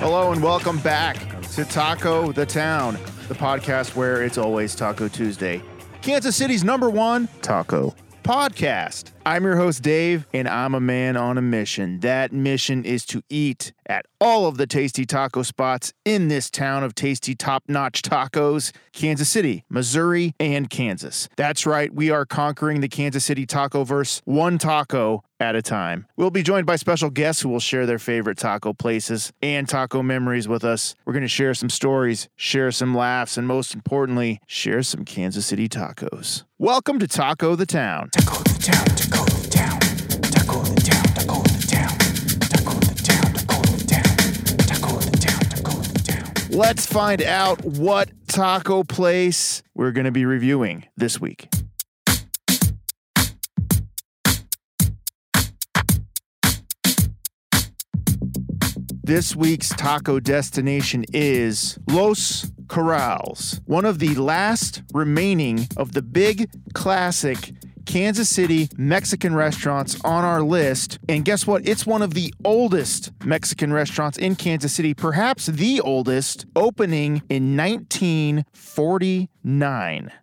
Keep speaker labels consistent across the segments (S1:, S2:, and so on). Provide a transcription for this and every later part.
S1: welcome back to Taco the Town, the podcast where it's always Taco Tuesday, Kansas City's number one taco podcast. I'm your host, Dave, and I'm a man on a mission. That mission is to eat at all of the tasty taco spots in this town of tasty, top notch tacos, Kansas City, Missouri, and Kansas. That's right, we are conquering the Kansas City taco verse one taco at a time. We'll be joined by special guests who will share their favorite taco places and taco memories with us. We're going to share some stories, share some laughs, and most importantly, share some Kansas City tacos. Welcome to Taco the Town.
S2: Taco the town, taco the town, taco the town, taco the town, taco the town, taco the town, taco the town, taco the town.
S1: Let's find out what taco place we're going to be reviewing this week. This week's taco destination is Los Corrals, one of the last remaining of the big classic Kansas City Mexican restaurants on our list. And guess what? It's one of the oldest Mexican restaurants in Kansas City, perhaps the oldest, opening in 1949.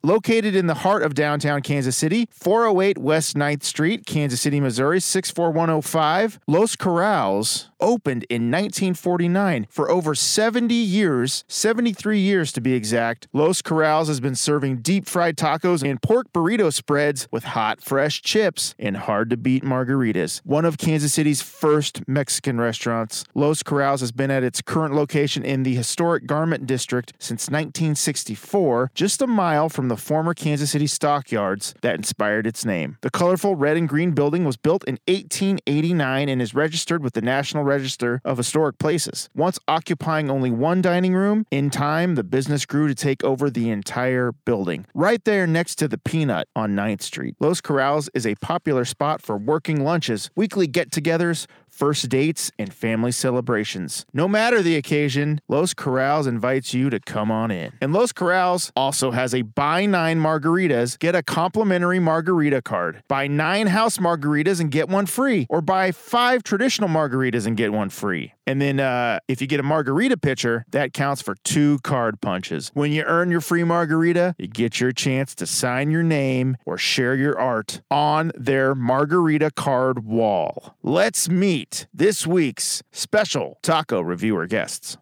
S1: Located in the heart of downtown Kansas City, 408 West 9th Street, Kansas City, Missouri, 64105, Los Corrals opened in 1949 for over 70 years, 73 years to be exact. Los Corrals has been serving deep fried tacos and pork burrito spreads with hot, fresh chips and hard to beat margaritas. One of Kansas City's first Mexican restaurants, Los Corrals has been at its current location in the historic Garment District since 1964, just a mile from the former Kansas City stockyards that inspired its name. The colorful red and green building was built in 1889 and is registered with the National Register of Historic Places. Once occupying only one dining room, in time the business grew to take over the entire building, right there next to the Peanut on 9th Street. Los Corrals is a popular spot for working lunches, weekly get-togethers, first dates, and family celebrations. No matter the occasion, Los Corrals invites you to come on in. And Los Corrals also has a buy nine margaritas, get a complimentary margarita card. Buy nine house margaritas and get one free, or buy five traditional margaritas and get one free. And then uh, if you get a margarita pitcher, that counts for two card punches. When you earn your free margarita, you get your chance to sign your name or share your art on their margarita card wall. Let's meet this week's special taco reviewer guests.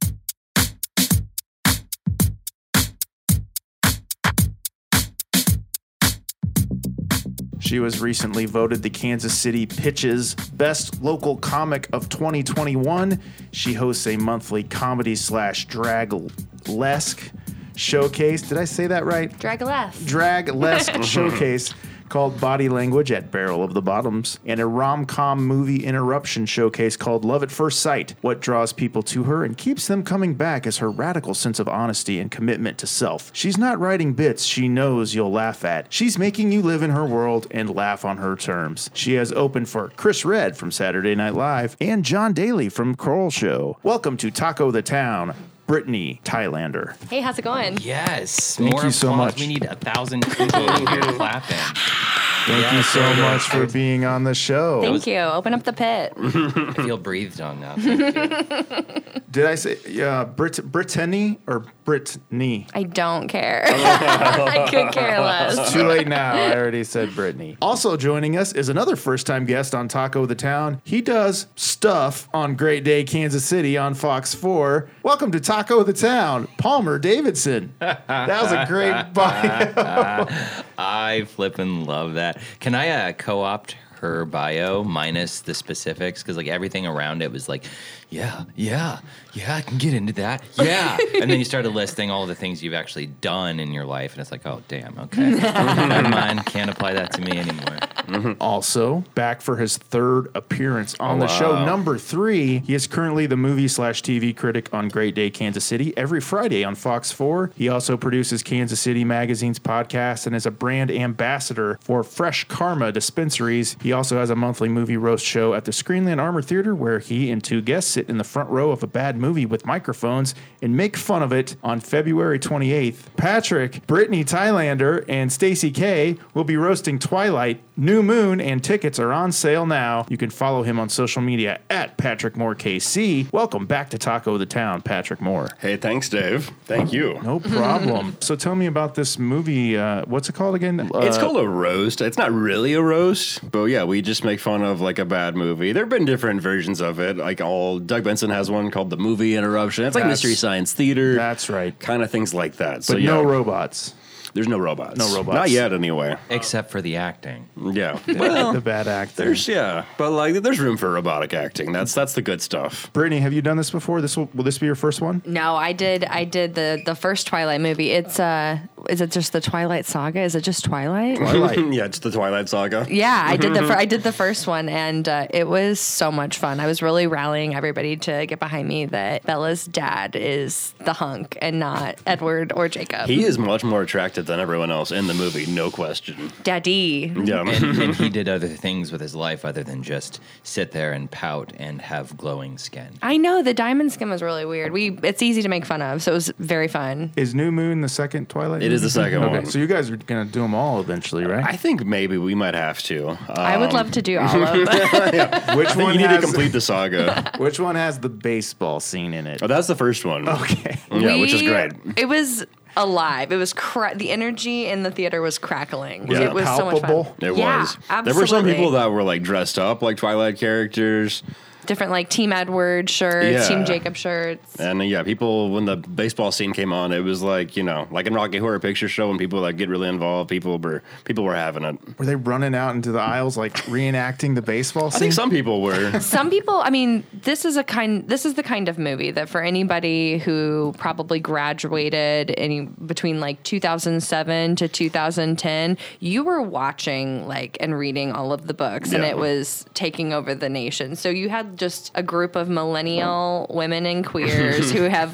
S1: She was recently voted the Kansas City Pitches Best Local Comic of 2021. She hosts a monthly comedy slash draglesque showcase. Did I say that right?
S3: Drag left.
S1: Draglesque showcase called Body Language at Barrel of the Bottoms, and a rom com movie interruption showcase called Love at First Sight. What draws people to her and keeps them coming back is her radical sense of honesty and commitment to self. She's not writing bits she knows you'll laugh at. She's making you live in her world and laugh on her terms. She has opened for Chris Red from Saturday Night Live and John Daly from Kroll Show. Welcome to Taco the Town. Brittany Thailander.
S3: Hey, how's it going?
S4: Yes.
S1: Thank
S4: more
S1: you so
S4: applause.
S1: much.
S4: We need a thousand people here clapping.
S1: Thank you so much for being on the show.
S3: Thank you. Open up the pit.
S4: I feel breathed on now. Thank you.
S1: Did I say uh, Brit Brittany or Brittany?
S3: I don't care. I could care less.
S1: Too late now. I already said Brittany. Also joining us is another first-time guest on Taco the Town. He does stuff on Great Day Kansas City on Fox 4. Welcome to Taco the Town, Palmer Davidson. That was a great bio.
S4: I flippin' love that. Can I uh, co-opt her bio minus the specifics? Because like everything around it was like, yeah, yeah, yeah, I can get into that. Yeah, and then you started listing all the things you've actually done in your life, and it's like, oh damn, okay, never mind, can't apply that to me anymore.
S1: Also, back for his third appearance on the show, number three. He is currently the movie slash TV critic on Great Day Kansas City every Friday on Fox 4. He also produces Kansas City Magazine's podcast and is a brand ambassador for Fresh Karma dispensaries. He also has a monthly movie roast show at the Screenland Armor Theater where he and two guests sit in the front row of a bad movie with microphones and make fun of it on February 28th. Patrick, Brittany Thailander, and Stacy K will be roasting Twilight New New Moon, and tickets are on sale now. You can follow him on social media at Patrick Moore KC. Welcome back to Taco the Town, Patrick Moore.
S5: Hey, thanks, Dave. Thank you.
S1: No problem. so tell me about this movie. Uh, what's it called again?
S5: It's
S1: Uh,
S5: called a roast. It's not really a roast, but yeah, we just make fun of like a bad movie. There have been different versions of it. Like all Doug Benson has one called the Movie Interruption. It's like
S1: That's-
S5: Mystery Science Theater.
S1: That's right.
S5: Kind of things like that. so
S1: But
S5: yeah,
S1: no robots.
S5: there's no robots.
S1: No robots.
S5: Not yet, anyway.
S4: Except for the acting.
S5: Yeah.
S1: the bad actor.
S5: Oh. There's yeah, but like there's room for robotic acting. That's that's the good stuff.
S1: Brittany, have you done this before? This will, will this be your first one?
S3: No, I did. I did the the first Twilight movie. It's uh, is it just the Twilight Saga? Is it just Twilight? Mm-hmm.
S1: Twilight.
S5: yeah, it's the Twilight Saga.
S3: Yeah, I did the fir- I did the first one, and uh, it was so much fun. I was really rallying everybody to get behind me that Bella's dad is the hunk and not Edward or Jacob.
S5: He is much more attractive than everyone else in the movie, no question.
S3: Daddy.
S5: Yeah.
S4: And, and he did other things with his life other than just sit there and pout and have glowing skin.
S3: I know the diamond skin was really weird. We it's easy to make fun of, so it was very fun.
S1: Is New Moon the second Twilight?
S5: It is the second
S1: okay,
S5: one.
S1: So you guys are gonna do them all eventually,
S5: I
S1: right?
S5: think maybe we might have to. Uh,
S3: I would love to do all of them.
S1: Which
S5: you
S1: one
S5: need to
S1: has
S5: complete the saga.
S1: Which one has the baseball scene in it?
S5: oh, that's the first one.
S1: Okay.
S5: Yeah, which is
S3: We-
S5: great.
S3: It was alive. It was cra- the energy in the theater was crackling.
S5: Yeah.
S3: It was so much
S1: Palpable?
S3: fun.
S5: It
S3: yeah,
S5: was.
S3: Absolutely.
S5: There were some people that were like dressed up like Twilight characters.
S3: different like Team Edward shirts,
S5: Yeah.
S3: Team Jacob shirts.
S5: And uh, yeah, people, when the baseball scene came on, it was like, you know, like in Rocky Horror Picture Show when people like get really involved, people were, people were having it.
S1: Were they running out into the aisles like reenacting the baseball scene?
S5: I think some people were.
S3: Some people, I mean, this is a kind. This is the kind of movie that for anybody who probably graduated any between like 2007 to 2010, you were watching like and reading all of the books, and
S5: Yeah.
S3: it was taking over the nation. So you had just a group of millennial women and queers who have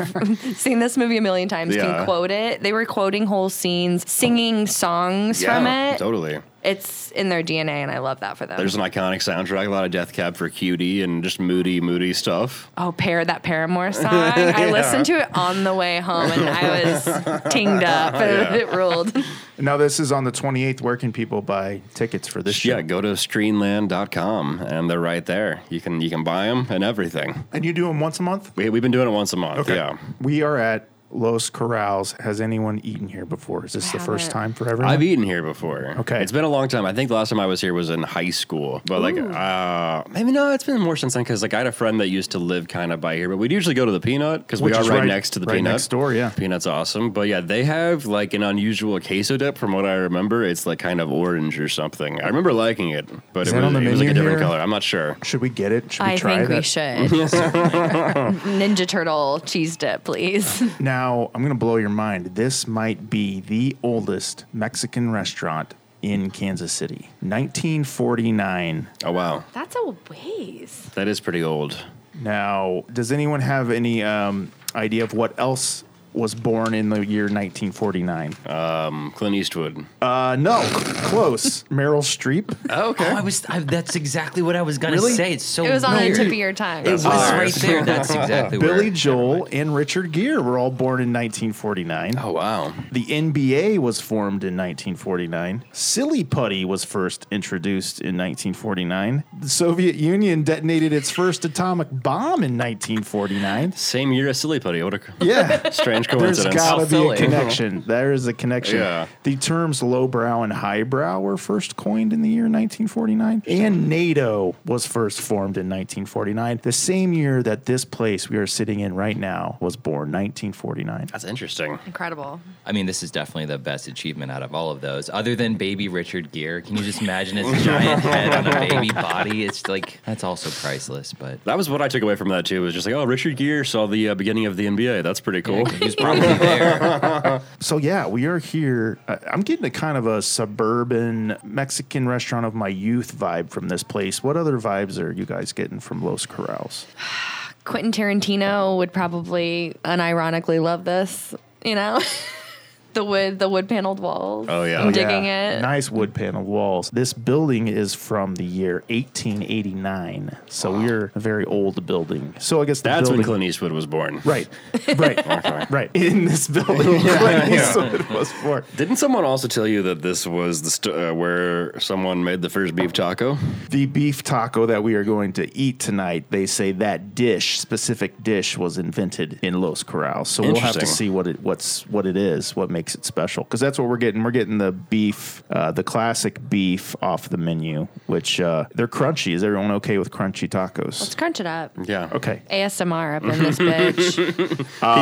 S3: seen this movie a million times,
S5: Yeah.
S3: can quote it. They were quoting whole scenes, singing songs from
S5: yeah,
S3: it.
S5: totally.
S3: It's in their DNA, and I love that for them.
S5: There's an iconic soundtrack, a lot of Death Cab for Cutie and just moody, moody stuff.
S3: Oh, pair that Paramore song. I listened to it on the way home and I was tinged up. It ruled.
S1: now this is on the 28th. Where can people buy tickets for this show?
S5: Yeah, go to streamland.com and they're right there. You can you can buy them and everything.
S1: And you do them once a month?
S5: We, we've been doing it once a month. Yeah.
S1: We are at Los Corrals. Has anyone eaten here before? Is this the first
S3: haven't.
S1: time for everyone?
S5: I've eaten here before.
S1: Okay.
S5: It's been a long time. I think the last time I was here was in high school. But like, uh, maybe no, it's been more since then because like I had a friend that used to live kind of by here, but we'd usually go to the Peanut because we
S1: Which
S5: are
S1: is
S5: right,
S1: right-
S5: next to the
S1: right
S5: Peanut.
S1: next door, yeah.
S5: Peanut's awesome. But yeah, they have like an unusual queso dip from what I remember. It's like kind of orange or something. I remember liking it, but
S1: Is
S5: it
S1: that
S5: was,
S1: on the
S5: it was like a
S1: menu
S5: different
S1: here?
S5: color. I'm not sure.
S1: Should we get it? Should we
S3: I
S1: try
S3: think
S1: that?
S3: we should. Ninja Turtle cheese dip, please.
S1: Now, I'm going to blow your mind. This might be the oldest Mexican restaurant in Kansas City. 1949.
S5: Oh, wow.
S3: That's a ways.
S5: That is pretty old.
S1: Now, does anyone have any um, idea of what else was born in the year 1949?
S5: Clint Eastwood.
S1: Uh, no, close. Meryl Streep.
S5: okay.
S4: Oh, I was I, that's exactly what I was gonna
S1: Really?
S4: say. It's so
S3: It was on
S4: weird.
S3: the tip of your tongue.
S4: It was
S5: Bars.
S4: right there. That's exactly where
S1: Billy Joel and Richard Gere were all born in 1949.
S5: Oh, wow.
S1: The NBA was formed in 1949. Silly putty was first introduced in 1949. The Soviet Union detonated its first atomic bomb in 1949.
S5: Same year as Silly Putty. What a
S1: Yeah.
S5: strange
S1: There's
S5: coincidence.
S1: got to
S4: How
S1: be a
S4: silly.
S1: connection. There is a connection.
S5: Yeah.
S1: The terms lowbrow and highbrow were first coined in the year 1949, and NATO was first formed in 1949, the same year that this place we are sitting in right now was born, 1949.
S5: That's interesting.
S3: Incredible.
S4: I mean, this is definitely the best achievement out of all of those, other than baby Richard Gere. Can you just imagine his giant head on a baby body? It's like that's also priceless, but
S5: That was what I took away from that too. Was just like, oh, Richard Gere saw the uh, beginning of the NBA. That's pretty cool.
S4: he was probably there.
S1: So yeah, we are here. I- I'm getting a kind of a suburban Mexican restaurant of my youth vibe from this place. What other vibes are you guys getting from Los Corrals?
S3: Quentin Tarantino would probably unironically love this, you know? the wood, the wood paneled walls.
S5: Oh, yeah.
S3: I'm
S5: Oh,
S3: digging
S1: Yeah,
S3: it.
S1: Nice wood paneled walls. This building is from the year 1889, so we're a very old building. So I guess the
S5: That's when
S1: building-
S5: Clint Eastwood was born.
S1: Right, right, right. In this building, Clint Eastwood was for.
S5: Didn't someone also tell you that this was the st- uh, where someone made the first beef taco?
S1: The beef taco that we are going to eat tonight, they say that dish, specific dish, was invented in Los Corrales. So we'll have to
S5: Interesting.
S1: see what it what's what it is, what makes it special, because that's what we're getting. We're getting the beef, uh, the classic beef off the menu, which uh, they're crunchy. Is everyone okay with crunchy tacos?
S3: Let's crunch it up.
S5: Yeah.
S1: Okay. Um,
S3: ASMR up in this bitch.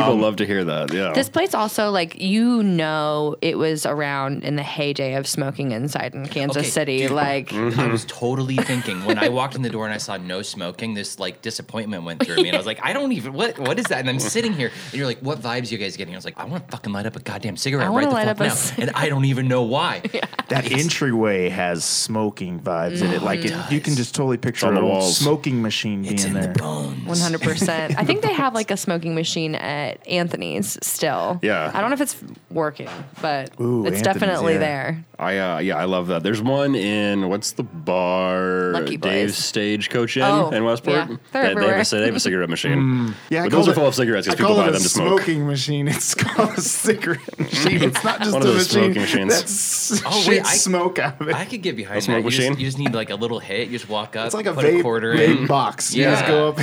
S5: People love to hear that.
S1: Oh.
S5: Yeah.
S3: this place also, like, you know, it was around in the heyday of smoking inside in Kansas
S4: Okay,
S3: City.
S4: dude.
S3: Like,
S1: Mm.
S4: I
S1: Mm-hmm.
S4: was totally thinking when I walked in the door and I saw no smoking, this like disappointment went through me, and I was like, I don't even what what is that? And I'm sitting here, and you're like, what vibes you guys getting? I was like, I want to fucking light up a goddamn cigarette
S3: I
S4: right
S3: wanna
S4: the
S3: light
S4: fuck
S3: up a
S4: now,
S3: cig-
S4: and I don't even know why.
S1: That entryway has smoking vibes in it. Like it, you can just totally picture
S5: on
S1: a
S5: the
S1: little
S5: walls.
S1: smoking machine being
S4: It's in
S1: there.
S4: the bones.
S3: One hundred percent. I think they have like a smoking machine at Anthony's still.
S5: Yeah.
S3: I don't know if it's working, but
S1: Ooh,
S3: it's
S1: Anthony's,
S3: definitely
S1: yeah.
S3: there.
S5: I uh, yeah, I love that. There's one in what's the bar
S3: Lucky Boys.
S5: Dave's Stagecoach Inn
S3: Oh,
S5: in Westport.
S3: yeah. They're
S5: they, they have
S3: everywhere.
S5: a, ci- they have a cigarette machine.
S1: Mm. Yeah, I
S5: but those
S1: call
S5: are full
S1: it-
S5: of cigarettes
S1: I
S5: because people
S1: call it
S5: buy
S1: a
S5: them to smoke.
S1: smoking machine. It's called a cigarette machine. It's not just
S5: One
S1: a
S5: of those
S1: machine
S5: smoking machines.
S1: that's
S4: Oh, wait,
S1: shoots
S4: I-
S1: smoke out of it.
S4: I could get behind
S5: smoke
S4: that. You just,
S5: machine?
S4: you just need like a little hit. You just walk up.
S1: it's like a
S4: put
S1: vape,
S4: a quarter
S1: vape
S4: in.
S1: box. You just
S4: Yeah.
S1: go up.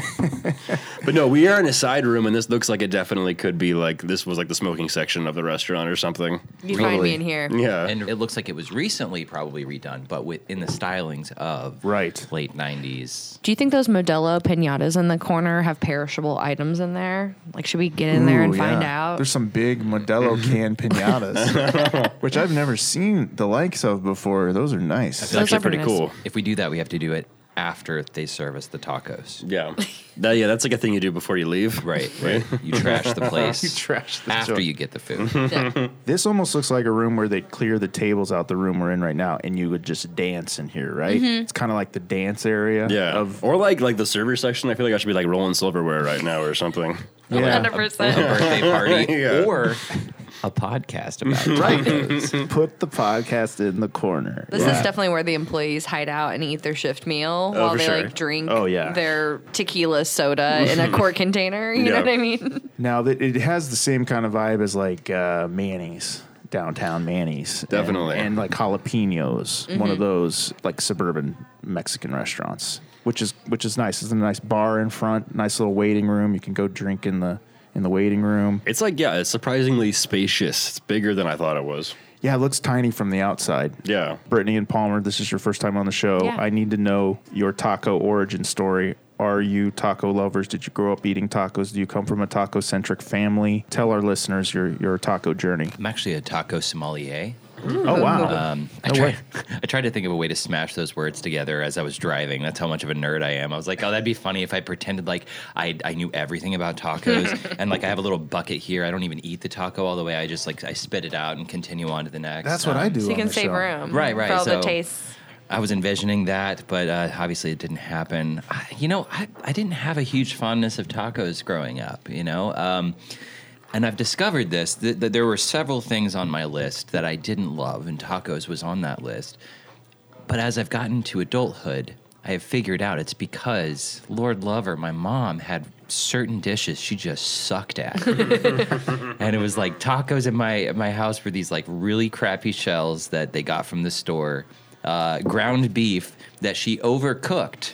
S5: But no, we are in a side room, and this looks like it definitely could be like this was like the smoking section of the restaurant or something.
S3: You find
S4: Totally.
S3: me in here.
S1: Mm.
S5: Yeah,
S4: And it looks like it was recently probably redone, but within the stylings of
S1: Right.
S4: late '90s.
S3: Do you think those Modelo pinatas in the corner have perishable items in there? Like, should we get in there and
S1: Ooh,
S3: find
S1: yeah.
S3: out?
S1: There's some big Modelo can pinatas, which I've never seen the likes of before. Those are nice.
S4: feel
S3: Those
S5: actually
S3: are
S5: pretty
S3: nice.
S5: cool.
S4: If we do that, we have to do it after they serve us the tacos.
S5: Yeah, that, yeah, that's like a thing you do before you leave.
S4: Right, right. You trash the place.
S1: You trash the
S4: after
S1: joint.
S4: you get the food.
S1: This almost looks like a room where they'd clear the tables out the room we're in right now, and you would just dance in here, right?
S3: Mm-hmm.
S1: It's kind of like the dance area.
S5: Yeah,
S1: Of,
S5: or like like the server section. I feel like I should be like rolling silverware right now or something.
S1: yeah.
S3: 100%.
S4: Birthday party
S5: Yeah.
S4: or a podcast about
S1: Right.
S4: tacos.
S1: Put the podcast in the corner.
S3: This
S1: Yeah.
S3: is definitely where the employees hide out and eat their shift meal while
S5: for
S3: they
S5: sure.
S3: like drink
S1: Oh, yeah.
S3: their tequila soda in a quart container. You know
S5: Yeah.
S3: what I mean?
S1: Now that it has the same kind of vibe as like uh, Manny's downtown Manny's, and-
S5: Definitely.
S1: and, like jalapenos, one of those like suburban Mexican restaurants, which is which is nice. It's a nice bar in front, nice little waiting room. You can go drink in the in the waiting room.
S5: It's like yeah, it's surprisingly spacious. It's bigger than I thought it was.
S1: Yeah, it looks tiny from the outside.
S5: Yeah.
S1: Brittany and Palmer, this is your first time on the show.
S3: Yeah.
S1: I need to know your taco origin story. Are you taco lovers? Did you grow up eating tacos? Do you come from a taco centric family? Tell our listeners your your taco journey.
S4: I'm actually a taco sommelier.
S1: Oh wow!
S4: Um, I,
S1: No
S4: tried,
S1: way.
S4: I tried to think of a way to smash those words together as I was driving. That's how much of a nerd I am. I was like, oh, that'd be funny if I pretended like I, I knew everything about tacos. and like, I have a little bucket here. I don't even eat the taco all the way. I just like, I spit it out and continue on to the next.
S1: That's what
S4: Um,
S1: I do.
S3: So you
S1: on
S3: can
S1: the
S3: save
S1: show.
S3: room
S4: Right, right,
S3: for all the
S4: so-
S3: tastes.
S4: I was envisioning that, but uh, obviously it didn't happen. I, you know, I, I didn't have a huge fondness of tacos growing up, you know? Um, and I've discovered this that, that there were several things on my list that I didn't love, and tacos was on that list. But as I've gotten to adulthood, I have figured out it's because, Lord love her, my mom had certain dishes she just sucked at. and it was like tacos at my at my house were these like really crappy shells that they got from the store, uh, ground beef that she overcooked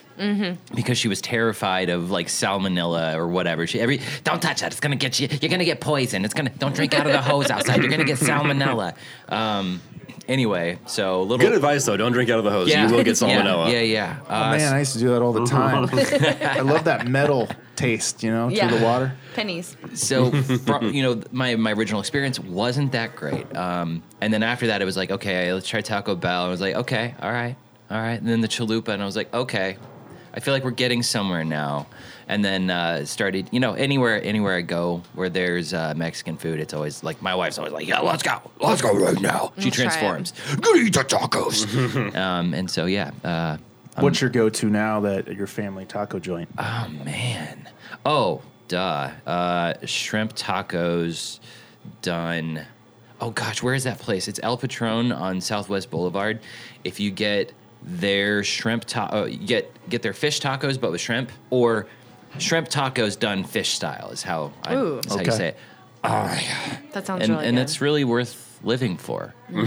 S4: because she was terrified of like salmonella or whatever. She every don't touch that; it's gonna get you. You're gonna get poison. It's gonna don't drink out of the hose outside. You're gonna get salmonella. Um, anyway, so little
S5: Good advice though. Don't drink out of the hose. You will get
S4: yeah,
S5: salmonella.
S4: Yeah, yeah. Uh,
S1: Man, I used to do that all the time. I love that metal taste, you know,
S3: Yeah.
S1: through the water.
S3: Pennies.
S4: so from, you know my, my original experience wasn't that great um, and then after that it was like okay let's try taco bell i was like okay all right all right and then the chalupa and i was like okay i feel like we're getting somewhere now and then uh, started you know anywhere anywhere i go where there's uh, mexican food it's always like my wife's always like yeah let's go let's go right now she
S3: Let's try it.
S4: transforms
S2: Gonna eat the tacos.
S4: um, and so yeah uh,
S1: What's your go-to now that your family taco joint?
S4: Oh man. Oh, duh. Uh, shrimp tacos done. oh gosh, where is that place? It's El Patron on Southwest Boulevard. If you get their shrimp ta- uh, get get their fish tacos but with shrimp or shrimp tacos done fish style is how I,
S3: Ooh.
S4: is how you
S1: Okay.
S4: say it.
S3: That sounds
S4: And
S3: really
S4: and
S3: good.
S4: it's really worth living for.
S6: I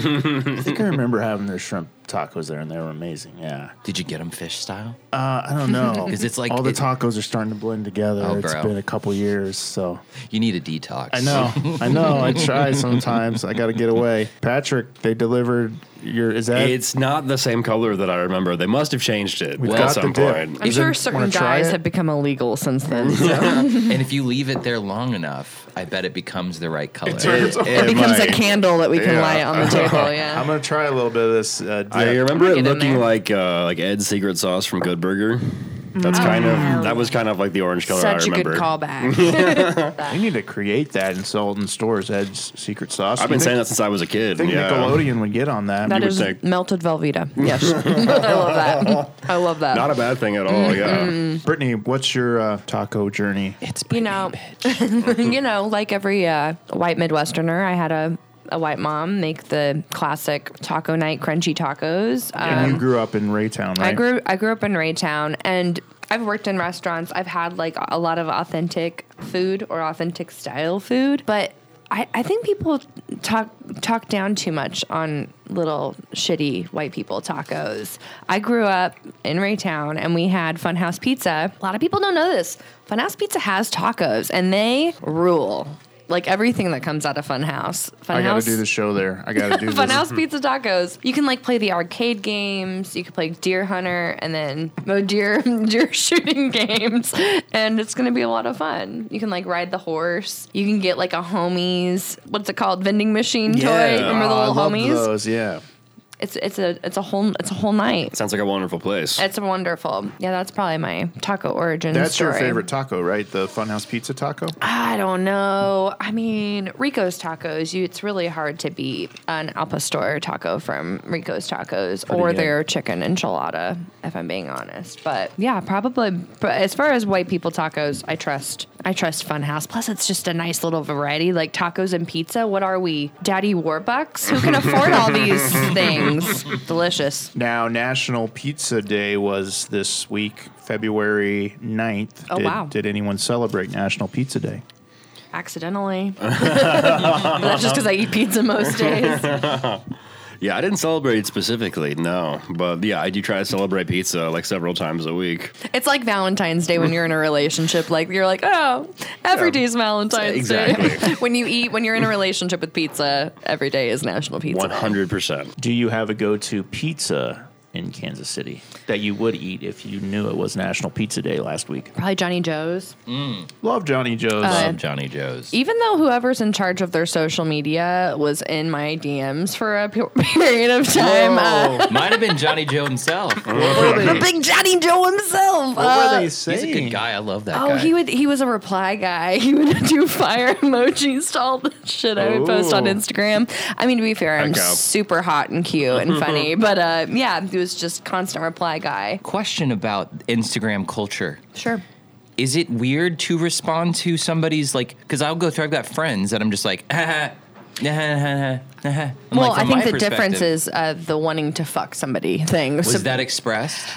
S6: think I remember having their shrimp tacos there, and they were amazing. Yeah,
S4: Did you get them fish style?
S6: uh, I don't know
S4: 'Cause it's like-
S6: all the
S4: it-
S6: tacos are starting to blend together.
S4: Oh,
S6: it's
S4: bro.
S6: been a couple years, so
S4: you need a detox.
S6: I know, I know. I try sometimes. I got to get away. Patrick, they delivered your. Is that
S5: It's not the same color that I remember. They must have changed it
S6: We've
S5: at
S6: got
S5: some
S6: the dip.
S5: point.
S3: I'm sure
S6: Wanna
S3: certain
S6: try
S3: dyes
S6: it?
S3: have become illegal since then. so-
S4: and if you leave it there long enough, I bet it becomes the right color.
S5: It,
S3: it becomes
S5: might.
S3: a candle that we can light on the table. Yeah.
S6: I'm gonna try a little bit of this. Uh, dip.
S5: I remember
S3: I'm gonna
S5: it
S3: get in
S5: looking
S3: there.
S5: like uh, like Ed's secret sauce from Good Burger. That's kind of that was kind of like the orange color
S3: Mm. Such
S5: I
S3: a good
S5: remember.
S3: callback.
S6: We need to create that and sell it in stores. Ed's secret sauce.
S5: I've been
S6: You
S5: saying
S6: think-
S5: that since I was a kid.
S6: think
S5: yeah.
S6: Nickelodeon would get on that.
S3: That
S5: would
S3: is
S5: think.
S3: melted Velveeta. Yes. I love that. I love that.
S5: Not a bad thing at all. Yeah.
S6: Brittany, what's your uh, taco journey?
S4: It's
S3: you know, you know, like every uh, white Midwesterner, I had a, a white mom make the classic taco night crunchy tacos. Um,
S6: and you grew up in Raytown, right?
S3: I grew I grew up in Raytown and I've worked in restaurants. I've had like a lot of authentic food or authentic style food, but I, I think people talk talk down too much on little shitty white people tacos. I grew up in Raytown and we had Funhouse Pizza. A lot of people don't know this. Funhouse Pizza has tacos and they rule. Like everything that comes out of Funhouse. Funhouse
S6: I got to do the show there. I got to do this.
S3: Funhouse Pizza Tacos. You can like play the arcade games. You can play Deer Hunter and then oh, deer deer shooting games, and it's gonna be a lot of fun. You can like ride the horse. You can get like a homies. What's it called? Vending machine toy. Remember the
S6: Oh, I
S3: little
S6: loved
S3: homies?
S6: Those, yeah.
S3: It's it's a it's a whole it's a whole night.
S5: Sounds like a wonderful place.
S3: It's wonderful. Yeah, that's probably my taco origin
S6: That's
S3: story.
S6: your favorite taco, right? The Funhouse Pizza taco.
S3: I don't know. I mean, Rico's Tacos. You, it's really hard to beat an al pastor taco from Rico's Tacos or
S6: good.
S3: their chicken enchilada, if I'm being honest. But yeah, probably. But as far as white people tacos, I trust. I trust Funhouse. Plus, it's just a nice little variety, like tacos and pizza. What are we, Daddy Warbucks? Who can afford all these things? Delicious.
S6: Now, National Pizza Day was this week, February 9th.
S3: Oh,
S6: did,
S3: wow.
S6: Did anyone celebrate National Pizza Day?
S3: Accidentally. That's just because I eat pizza most days.
S5: yeah, I didn't celebrate specifically, no, but yeah, I do try to celebrate pizza like several times a week.
S3: It's like Valentine's Day when you're in a relationship. Like you're like, oh, every
S5: Yeah.
S3: day's Valentine's
S5: Exactly.
S3: Day. when you eat, when you're in a relationship with pizza, every day is National Pizza.
S5: One
S3: Day.
S5: hundred percent.
S6: Do you have a go to pizza in Kansas City that you would eat if you knew it was National Pizza Day last week?
S3: Probably Johnny Joe's.
S6: Love Johnny Joe's.
S3: Uh,
S4: Love Johnny Joe's.
S3: Even though whoever's in charge of their social media was in my DMs for a pe- period of time, uh,
S4: Might have been Johnny Joe himself.
S3: big Johnny Joe himself.
S6: what
S3: uh,
S6: were they
S4: He's a
S6: saying?
S4: good guy. I love that
S3: Oh,
S4: guy.
S3: he would. He was a reply guy. He would do fire emojis to all the shit I would post on
S6: Oh.
S3: Instagram. I mean, to be fair, I'm
S5: Echo.
S3: super hot and cute and funny, but uh, yeah, he was just constant reply guy.
S4: Question about Instagram culture.
S3: Sure.
S4: Is it weird to respond to somebody's like? Because I'll go through. I've got friends that I'm just like. well,
S3: Well, I think the difference is uh, the wanting to fuck somebody thing. So-
S4: Was that expressed?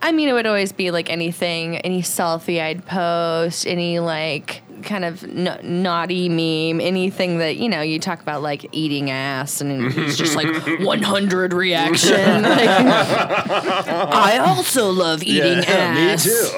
S3: I mean, it would always be like anything, any selfie I'd post, any like kind of n- naughty meme, anything that you know you talk about like eating ass, and it's just like 100 reaction. Like, I also love eating ass.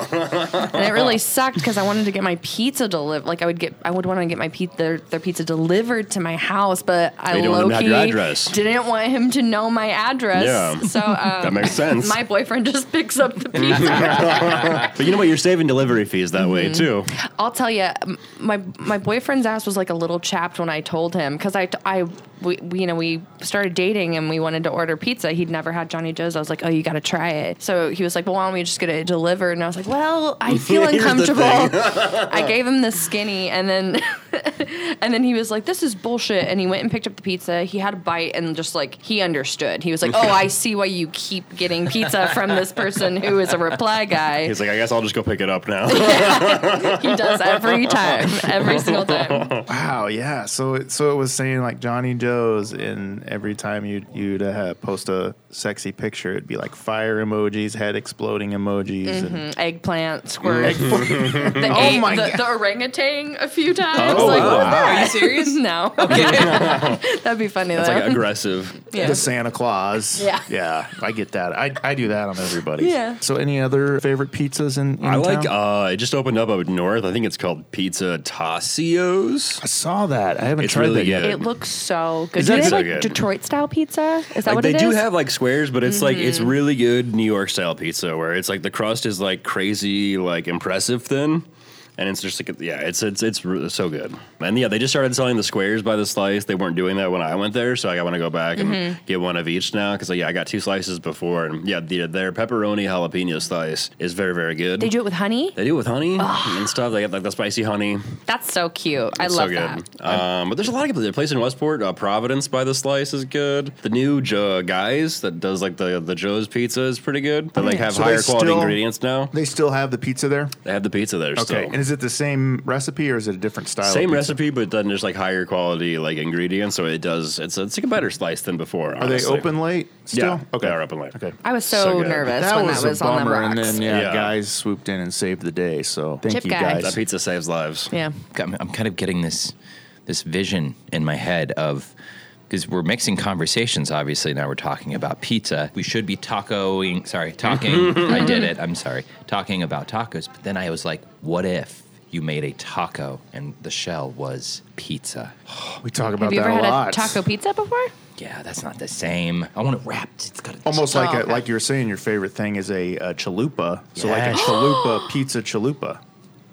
S3: and it really sucked because I wanted to get my pizza delivered. Like I would get, I would want to get my pizza their, their pizza delivered to my house, but I
S5: You didn't want
S3: low
S5: him to have your
S3: key
S5: address.
S3: didn't want him to know my address.
S5: Yeah.
S3: So um,
S5: That makes sense.
S3: my boyfriend just picks up the pizza.
S5: But you know what? You're saving delivery fees that way
S3: Mm-hmm.
S5: too.
S3: I'll tell you, my my boyfriend's ass was like a little chapped when I told him because I, I we, we, you know we started dating and we wanted to order pizza. He'd never had Johnny Joe's. I was like, oh, you got to try it. So he was like, well, why don't we just get it delivered? And I was like, well, I feel
S5: Here's the
S3: uncomfortable.
S5: thing.
S3: I gave him the skinny, and then and then he was like, this is bullshit. And he went and picked up the pizza. He had a bite and just like he understood. He was like, oh, I see why you keep getting pizza from this person who is a reply guy.
S5: He's like, I guess I'll just go pick it up now.
S3: he does every
S7: time.
S3: every single time.
S1: Wow, yeah. So it so it was saying like Johnny Joe's, and every time you'd you'd uh, post a sexy picture, it'd be like fire emojis, head exploding emojis,
S3: Mm-hmm.
S1: and
S3: Mm, Eggplant, squirt. The, egg-
S7: my
S3: the,
S7: God.
S3: the orangutan a few times. like,
S5: wow.
S3: what was that? Are you serious? No. That'd be funny
S5: It's
S3: though.
S5: like aggressive.
S3: yeah.
S1: the Santa Claus.
S3: Yeah.
S1: yeah. I get that. I, I do that on everybody.
S3: Yeah.
S1: So any other favorite pizzas in? in
S5: I like.
S1: town?
S5: Uh, it just opened up up north. I think it's called Pizza Tassios.
S1: I saw that. I haven't
S5: It's
S1: tried
S5: really
S1: that yet.
S5: good.
S3: it looks so good.
S5: Is
S3: Do
S5: that
S3: they have
S5: so
S3: like
S5: good?
S3: Detroit style pizza? Is that
S5: Like
S3: what
S5: they
S3: it is? Mm-hmm.
S5: do have like squares, but it's like it's really good New York style pizza where it's like the crust is like crazy, like impressive thin, and it's just like yeah, it's it's it's re- so good. And yeah, they just started selling the squares by the slice. They weren't doing that when I went there, so I want to go back and
S3: Mm-hmm.
S5: get one of each now because yeah, I got two slices before, and yeah, the, their pepperoni jalapeno slice is very very good.
S3: They do it with honey.
S5: They do it with honey and stuff. They got like the spicy honey.
S3: That's so cute. I
S5: It's
S3: love
S5: so
S3: that.
S5: good. Um, but there's a lot of The place in Westport, uh, Providence by the Slice is good. The new jo- guys that does like the the Joe's pizza is pretty good. They like have
S1: Mm. So they
S5: higher quality
S1: still-
S5: ingredients now.
S1: They still have the pizza there.
S5: They have the pizza there
S1: Okay.
S5: still.
S1: And is it the same recipe or is it a different style? of
S5: Same
S1: pizza?
S5: recipe, but then there's like higher quality like ingredients, so it does. It's it's like a better slice than before.
S1: Are they
S5: honestly.
S1: open late? Still?
S5: Yeah. Okay. They are open late. Okay.
S3: I was so,
S5: good.
S3: nervous
S1: That
S3: when
S1: was,
S3: that was
S1: a
S3: on the
S1: bummer, and
S3: rocks.
S1: then yeah,
S5: Yeah.
S1: guys swooped in and saved the day. So thank
S3: Chip
S1: you
S3: guy.
S5: That
S1: guys.
S5: pizza saves lives.
S3: yeah.
S4: I'm, I'm kind of getting this this vision in my head of because we're mixing conversations. Obviously, now we're talking about pizza. We should be tacoing. Sorry, talking. I did it. I'm sorry. Talking about tacos. But then I was like, what if you made a taco and the shell was pizza?
S1: We talk about
S3: Have you
S1: that
S3: ever
S1: a
S3: had
S1: lot.
S3: a taco pizza before?
S4: Yeah, that's not the same. I want it wrapped. It's got to
S1: Almost like
S3: Oh,
S1: a,
S3: okay.
S1: like you were saying, your favorite thing is a, uh chalupa. So like a
S4: Yes.
S1: chalupa pizza chalupa.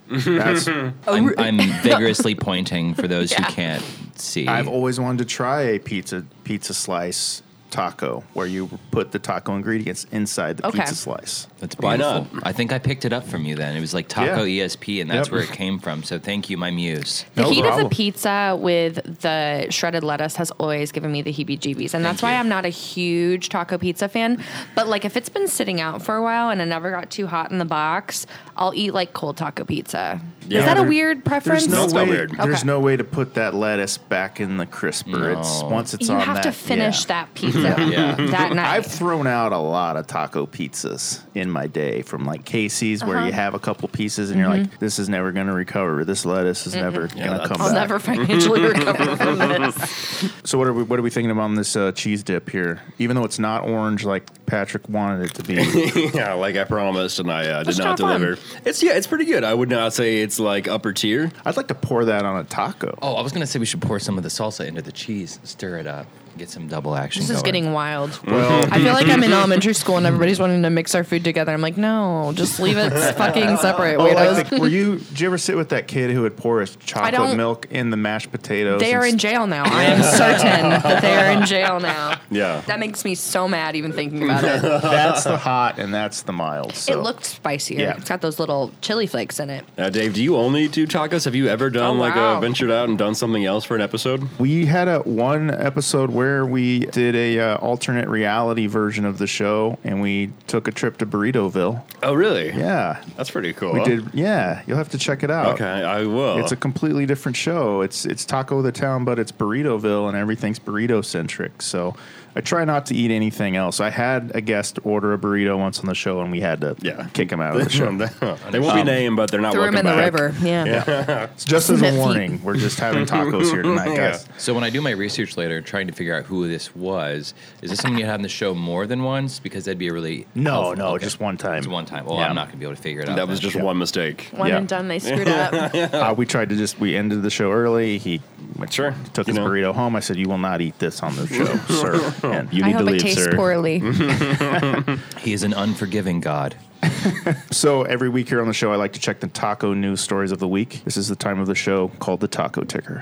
S1: That's,
S4: I'm, I'm vigorously pointing for those
S3: Yeah.
S4: who can't see.
S1: I've always wanted to try a pizza pizza slice taco where you put the taco ingredients inside the
S3: Okay.
S1: pizza slice.
S4: That's beautiful.
S5: Why
S4: I think I picked it up from you then. It was like Taco ESP, and that's
S1: Yep.
S4: where it came from. So thank you, my muse.
S3: The
S1: No
S3: heat
S1: problem.
S3: of the pizza with the shredded lettuce has always given me the heebie-jeebies, and that's why
S4: you.
S3: I'm not a huge taco pizza fan. But like, if it's been sitting out for a while and it never got too hot in the box, I'll eat like cold taco pizza.
S5: Yeah,
S3: Is that a
S5: there-
S3: weird preference?
S1: There's no
S5: That's
S1: way.
S5: not weird.
S1: There's
S3: Okay.
S1: no way to put that lettuce back in the crisper. It's
S4: No.
S1: once it's
S3: you
S1: on
S3: have
S1: that.
S3: to finish
S1: yeah.
S3: that pizza
S4: Yeah.
S3: that night.
S1: I've thrown out a lot of taco pizzas in my day from like Casey's where
S3: Uh-huh.
S1: you have a couple pieces and
S3: Mm-hmm.
S1: you're like, this is never going to recover. This lettuce is never going to
S5: that's-
S1: come
S3: I'll
S1: back.
S3: never financially recover from this.
S1: So what are we what are we thinking about this uh, cheese dip here? Even though it's not orange like Patrick wanted it to be.
S5: yeah, like I promised, and I uh, did
S3: Let's
S5: not
S3: try one.
S5: deliver. It's yeah, it's pretty good. I would not say it's like upper tier.
S1: I'd like to pour that on a taco.
S4: Oh, I was gonna say we should pour some of the salsa into the cheese, stir it up, get some double action.
S3: This is
S4: going.
S3: getting wild. I feel like I'm in elementary school and everybody's wanting to mix our food together. I'm like, no, just leave it fucking separate,
S1: Oh,
S3: weirdos.
S1: like the- were you? Did you ever sit with that kid who would pour his chocolate
S3: don't-
S1: milk in the mashed potatoes?
S3: They
S1: and
S3: are in
S1: s-
S3: jail now. I am certain that they are in jail now.
S5: Yeah.
S3: That makes me so mad even thinking about it.
S1: That's the hot and that's the mild. So.
S3: It looked spicier.
S1: Yeah.
S3: It's got those little chili flakes in it.
S5: Now, Uh, Dave, do you only do tacos? Have you ever done
S3: Oh,
S5: like
S3: wow.
S5: a ventured out and done something else for an episode?
S1: We had a one episode where we did a uh, alternate reality version of the show, and we took a trip to Burritoville.
S5: Oh, really?
S1: Yeah,
S5: that's pretty cool.
S1: we did. Yeah, you'll have to check it out.
S5: Okay, I will.
S1: It's a completely different show. It's it's Taco the Town, but it's Burritoville, and everything's burrito centric. So I try not to eat anything else. I had a guest order a burrito once on the show, and we had to
S5: Yeah.
S1: kick him out of the show.
S5: they won't be named, but they're not
S3: Threw them
S5: welcome
S3: in the
S5: back.
S3: river. Yeah.
S1: It's just as
S3: Submit
S1: a
S3: feet.
S1: warning, we're just having tacos here tonight, guys.
S4: So when I do my research later, trying to figure out who this was, is this someone you had on the show more than once? Because that'd be a really
S1: No,
S4: helpful-
S1: no, just one time.
S4: Oh, Just one time. Well,
S1: Yeah.
S4: I'm not gonna be able to figure it out.
S5: That was
S4: then.
S5: just one mistake.
S3: One
S1: Yeah.
S3: and done, they screwed up.
S1: Uh, we tried to just we ended the show early. He went,
S5: Sure,
S1: took
S5: you
S1: his
S5: know.
S1: burrito home. I said, "You will not eat this on the show, sir." And you
S3: I
S1: need
S3: hope
S1: to
S3: it
S1: leave,
S3: tastes
S1: sir.
S3: poorly.
S4: He is an unforgiving god.
S1: So every week here on the show, I like to check the taco news stories of the week. This is the time of the show called the Taco Ticker.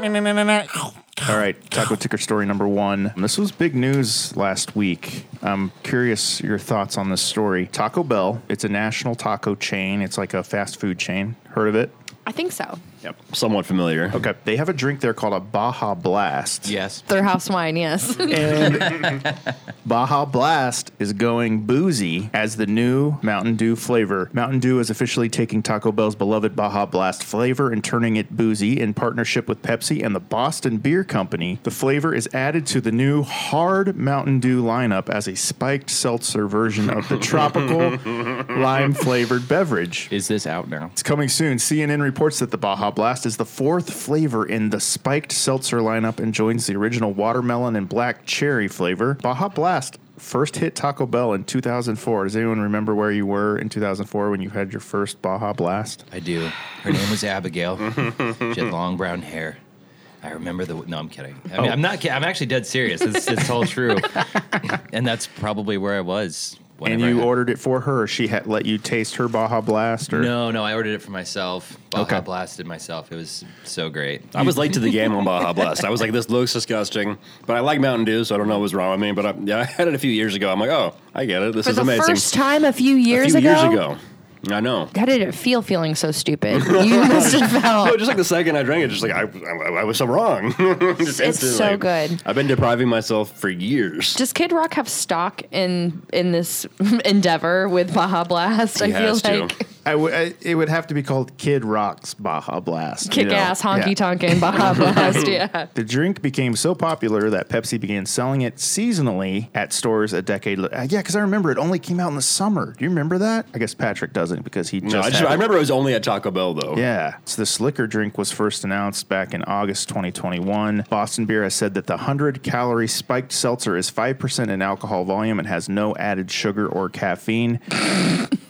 S1: All right, Taco Ticker story number one. This was big news last week. I'm curious your thoughts on this story. Taco Bell, it's a national taco chain. It's like a fast food chain. Heard of it?
S3: I think so.
S5: Somewhat familiar.
S1: Okay. They have a drink there called a Baja Blast.
S4: Yes.
S3: Their house wine, yes.
S1: And Baja Blast is going boozy as the new Mountain Dew flavor. Mountain Dew is officially taking Taco Bell's beloved Baja Blast flavor and turning it boozy in partnership with Pepsi and the Boston Beer Company. The flavor is added to the new hard Mountain Dew lineup as a spiked seltzer version of the tropical lime flavored beverage.
S4: Is this out now?
S1: It's coming soon. CNN reports that the Baja Blast is the fourth flavor in the spiked seltzer lineup and joins the original watermelon and black cherry flavor. Baja Blast first hit Taco Bell in 2004. Does anyone remember where you were in 2004 when you had your first Baja Blast?
S4: I do. Her name was Abigail. she had long brown hair. I remember the. No, I'm kidding. I mean, I'm not. ki- I'm actually dead serious. It's, it's all true, and that's probably where I was.
S1: And
S4: whenever I
S1: you
S4: had-
S1: ordered it for her. She had let you taste her Baja Blast, or
S4: No, no, I ordered it for myself. Baja
S1: Okay.
S4: blasted myself. It was so great.
S5: I was late to the game on Baja Blast. I was like, this looks disgusting, but I like Mountain Dew, so I don't know what was wrong with me. But I, yeah, I had it a few years ago. I'm like, oh, I get it. This
S3: For
S5: is
S3: the
S5: amazing.
S3: first time a few
S5: a
S3: years
S5: few
S3: ago.
S5: years ago. I know.
S3: How did it feel feeling so stupid? You must have
S5: No,
S3: felt.
S5: Oh, just like the second I drank it, just like I, I, I was so wrong. Just
S3: It's so
S5: instantly.
S3: good.
S5: I've been depriving myself for years.
S3: Does Kid Rock have stock in in this endeavor with Baja Blast? I
S5: He
S3: feel
S5: has to.
S3: like
S1: I w- I, it would have to be called Kid Rock's Baja Blast. you
S3: kick ass
S1: know? Yeah.
S3: honky tonkin' Baja Blast. Yeah.
S1: The drink became so popular that Pepsi began selling it seasonally at stores a decade later. yeah, because I remember it only came out in the summer. Do you remember that? I guess Patrick doesn't because he just.
S5: No, I, just,
S1: had
S5: I
S1: it.
S5: remember it was only at Taco Bell though.
S1: Yeah. So this liquor drink was first announced back in August 2021. Boston Beer has said that the 100 calorie spiked seltzer is 5% in alcohol volume and has no added sugar or caffeine.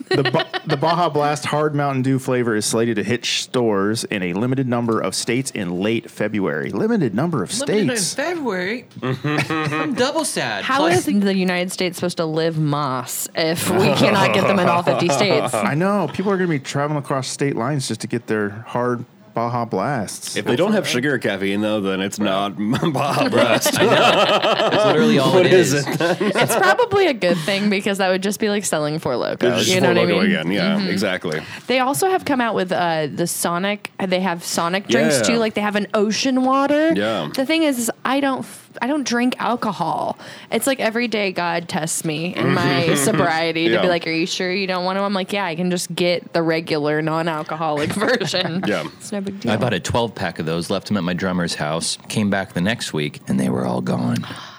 S1: the, ba- the Baja Blast Hard Mountain Dew flavor is slated to hit stores in a limited number of states in late February. Limited number of
S4: Limited
S1: states.
S4: in February. I'm double sad.
S3: How is the United States supposed to live moss if we cannot get them in all 50 states?
S1: I know people are going to be traveling across state lines just to get their hard Baja Blasts.
S5: If they don't have sugar or caffeine though, then it's not Baja Blast.
S4: that's literally all
S5: what
S4: it is.
S5: is it?
S3: It's probably a good thing because that would just be like selling Four
S5: It's
S3: Locos.
S5: just
S3: You know
S5: Four
S3: what I
S5: Loko
S3: mean? Mm-hmm.
S5: again. Yeah, exactly.
S3: They also have come out with uh, the Sonic. They have Sonic drinks
S5: Yeah.
S3: too. Like they have an ocean water.
S5: Yeah.
S3: The thing is, is I don't. f- I don't drink alcohol. It's like every day God tests me in my sobriety to
S5: Yeah.
S3: be like, "Are you sure you don't want to?" I'm like, "Yeah, I can just get the regular non-alcoholic version."
S5: Yeah.
S3: it's no big deal.
S4: I bought a 12 pack of those, left them at my drummer's house, came back the next week, and they were all gone.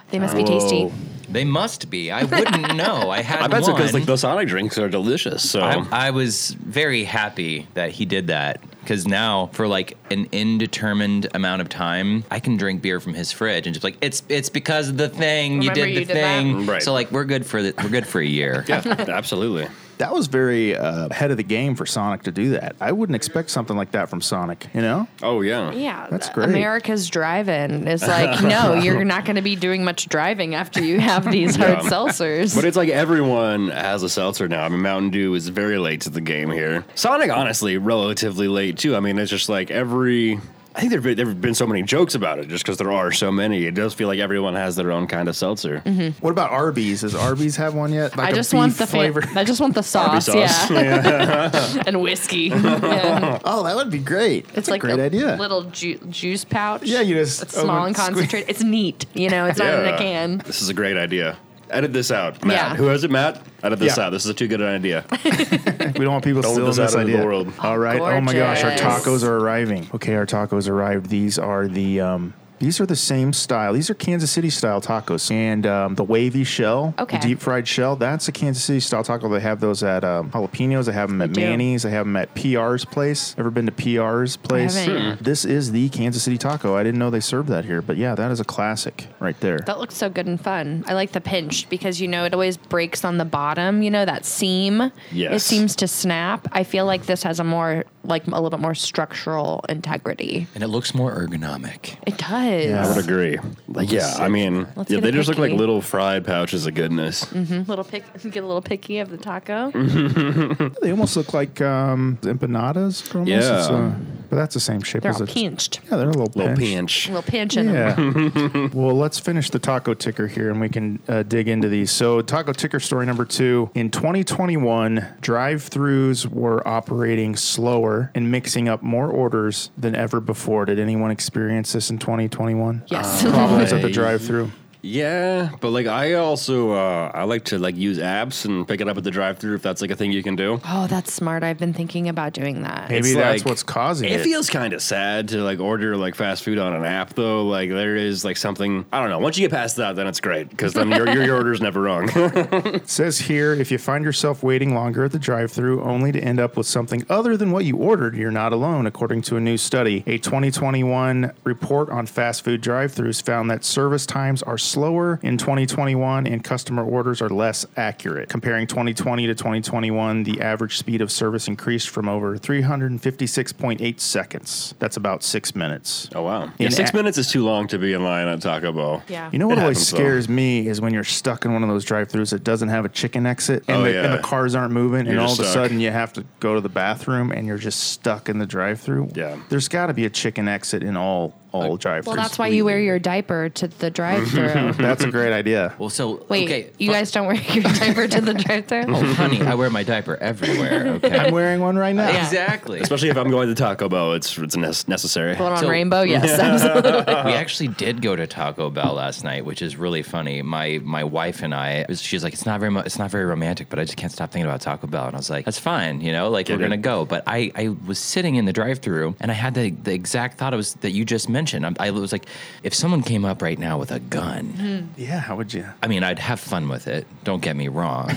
S3: they must be tasty.
S4: They must be. I wouldn't know. I had
S5: I bet so
S4: one.
S5: because like the Sonic drinks are delicious. So
S4: I, I was very happy that he did that because now for like an indeterminate amount of time, I can drink beer from his fridge and just like it's it's because of the thing you
S3: Remember
S4: did
S3: you
S4: the
S3: did that?
S4: thing.
S5: Mm, Right.
S4: So like we're good for the, we're good for a year.
S5: yeah, absolutely.
S1: That was very uh, ahead of the game for Sonic to do that. I wouldn't expect something like that from Sonic, you know?
S5: Oh yeah.
S3: Yeah,
S1: That's
S3: th-
S1: great.
S3: America's driving. It's like, no, you're not going to be doing much driving after you have these hard
S5: Yeah.
S3: seltzers.
S5: But it's like everyone has a seltzer now. I mean, Mountain Dew is very late to the game here. Sonic, honestly, relatively late too. I mean, it's just like every. I think there've been, there've been so many jokes about it, just because there are so many. It does feel like everyone has their own kind of seltzer.
S3: Mm-hmm.
S1: What about Arby's? Does Arby's have one yet? Like
S3: I
S1: a
S3: just want
S1: beef
S3: the fa- I just want the sauce,
S5: sauce.
S3: yeah, and whiskey. Yeah.
S1: oh, that would be great. That's
S3: It's
S1: a
S3: like
S1: great
S3: a
S1: idea.
S3: little ju- juice pouch.
S1: Yeah, you just
S3: it's small
S1: open-
S3: and
S1: squeeze-
S3: concentrated. It's neat, you know. It's not in a can.
S5: This is a great idea. Edit this out, Matt.
S3: Yeah.
S5: Who has it, Matt? Edit this
S1: Yeah.
S5: out. This is a too good an idea.
S1: we don't want people
S5: Don't
S1: stealing
S5: let
S1: this,
S5: this out into
S1: idea.
S5: the world.
S1: All right. Oh my gosh, our
S3: Gorgeous.
S1: tacos are arriving. Okay, our tacos arrived. These are the um these are the same style. These are Kansas City style tacos, and um, the wavy shell,
S3: Okay.
S1: the deep fried shell. That's a Kansas City style taco. They have those at um, jalapenos. They have them at
S3: do.
S1: Manny's. They have them at PR's place. Ever been to PR's place?
S3: haven't
S5: Hmm.
S3: yet.
S1: This is the Kansas City taco. I didn't know they served that here, but yeah, that is a classic right there.
S3: That looks so good and fun. I like the pinch because you know it always breaks on the bottom. You know that seam. It
S5: Yes.
S3: seems to snap. I feel like this has a more like a little bit more structural integrity.
S4: And it looks more ergonomic.
S3: It does.
S1: Yeah, what
S5: agree. Like, yeah, I mean,
S3: Let's
S5: yeah,
S3: get
S5: they
S3: a
S5: just look like
S3: picky.
S5: little fried pouches of goodness.
S3: little pick, get a little picky of the taco.
S1: Mm-hmm. They almost look like um, empanadas. Almost.
S5: Yeah.
S1: It's, uh, but that's the same shape
S3: They're
S1: as
S3: all
S1: a
S3: pinched.
S1: Yeah, they're a little
S5: Little
S1: pinched.
S5: pinch.
S3: little pinch in them.
S1: Yeah. well, let's finish the taco ticker here and we can uh, dig into these. So, taco ticker story number two. In 2021, drive throughs were operating slower and mixing up more orders than ever before. Did anyone experience this in Uh, 2021?
S3: Yes.
S1: Problems at the drive through.
S5: Yeah, but like I also uh, I like to like use apps and pick it up at the drive-through if that's like a thing you can do.
S3: Oh, that's smart. I've been thinking about doing that.
S1: Maybe
S5: It's
S1: that's
S5: like-
S1: what's causing
S5: It
S1: it.
S5: feels kind of sad to like order like fast food on an app though. Like there is like something I don't know. Once you get past that, then it's great because then your, your your order's never wrong.
S1: It says here if you find yourself waiting longer at the drive through only to end up with something other than what you ordered, you're not alone, according to a new study. A 2021 report on fast food drive throughs found that service times are slower in 2021 and customer orders are less accurate. Comparing 2020 to 2021, the average speed of service increased from over 356.8 seconds. That's about six minutes.
S5: oh wow, yeah,
S1: In
S5: six
S1: a-
S5: minutes is too long to be in line at Taco Bell.
S3: Yeah.
S1: You know what
S5: It
S1: always
S5: happens, though.
S1: scares me is when you're stuck in one of those drive-throughs that doesn't have a chicken exit, and,
S5: Oh,
S1: the,
S5: yeah.
S1: and the cars aren't moving, and
S5: You're
S1: all
S5: just
S1: of a
S5: stuck.
S1: sudden you have to go to the bathroom, and you're just stuck in the drive-through.
S5: Yeah.
S1: there's got to be a chicken exit in all all drive-throughs.
S3: Well, that's why you wear your diaper to the drive-through.
S1: That's a great idea.
S4: Well, so
S3: Wait,
S4: okay,
S3: you guys don't wear your diaper to the drive-through?
S4: Oh, honey, I wear my diaper everywhere. Okay,
S1: I'm wearing one right now.
S4: exactly.
S5: Especially if I'm going to Taco Bell, it's it's nes- necessary.
S3: Put on
S4: So-
S3: rainbow, yes. absolutely.
S4: we actually did go to Taco Bell last night, which is really funny. My my wife and I, she's like, it's not very, mo- it's not very romantic, but I just can't stop thinking about Taco Bell. And I was like, that's fine, you know, like we're
S5: it.
S4: gonna go. But I I was sitting in the drive-through and I had the, the exact thought it was that you just mentioned. I, I was like, if someone came up right now with a gun,
S1: Yeah, how would you?
S4: I mean, I'd have fun with it. Don't get me wrong.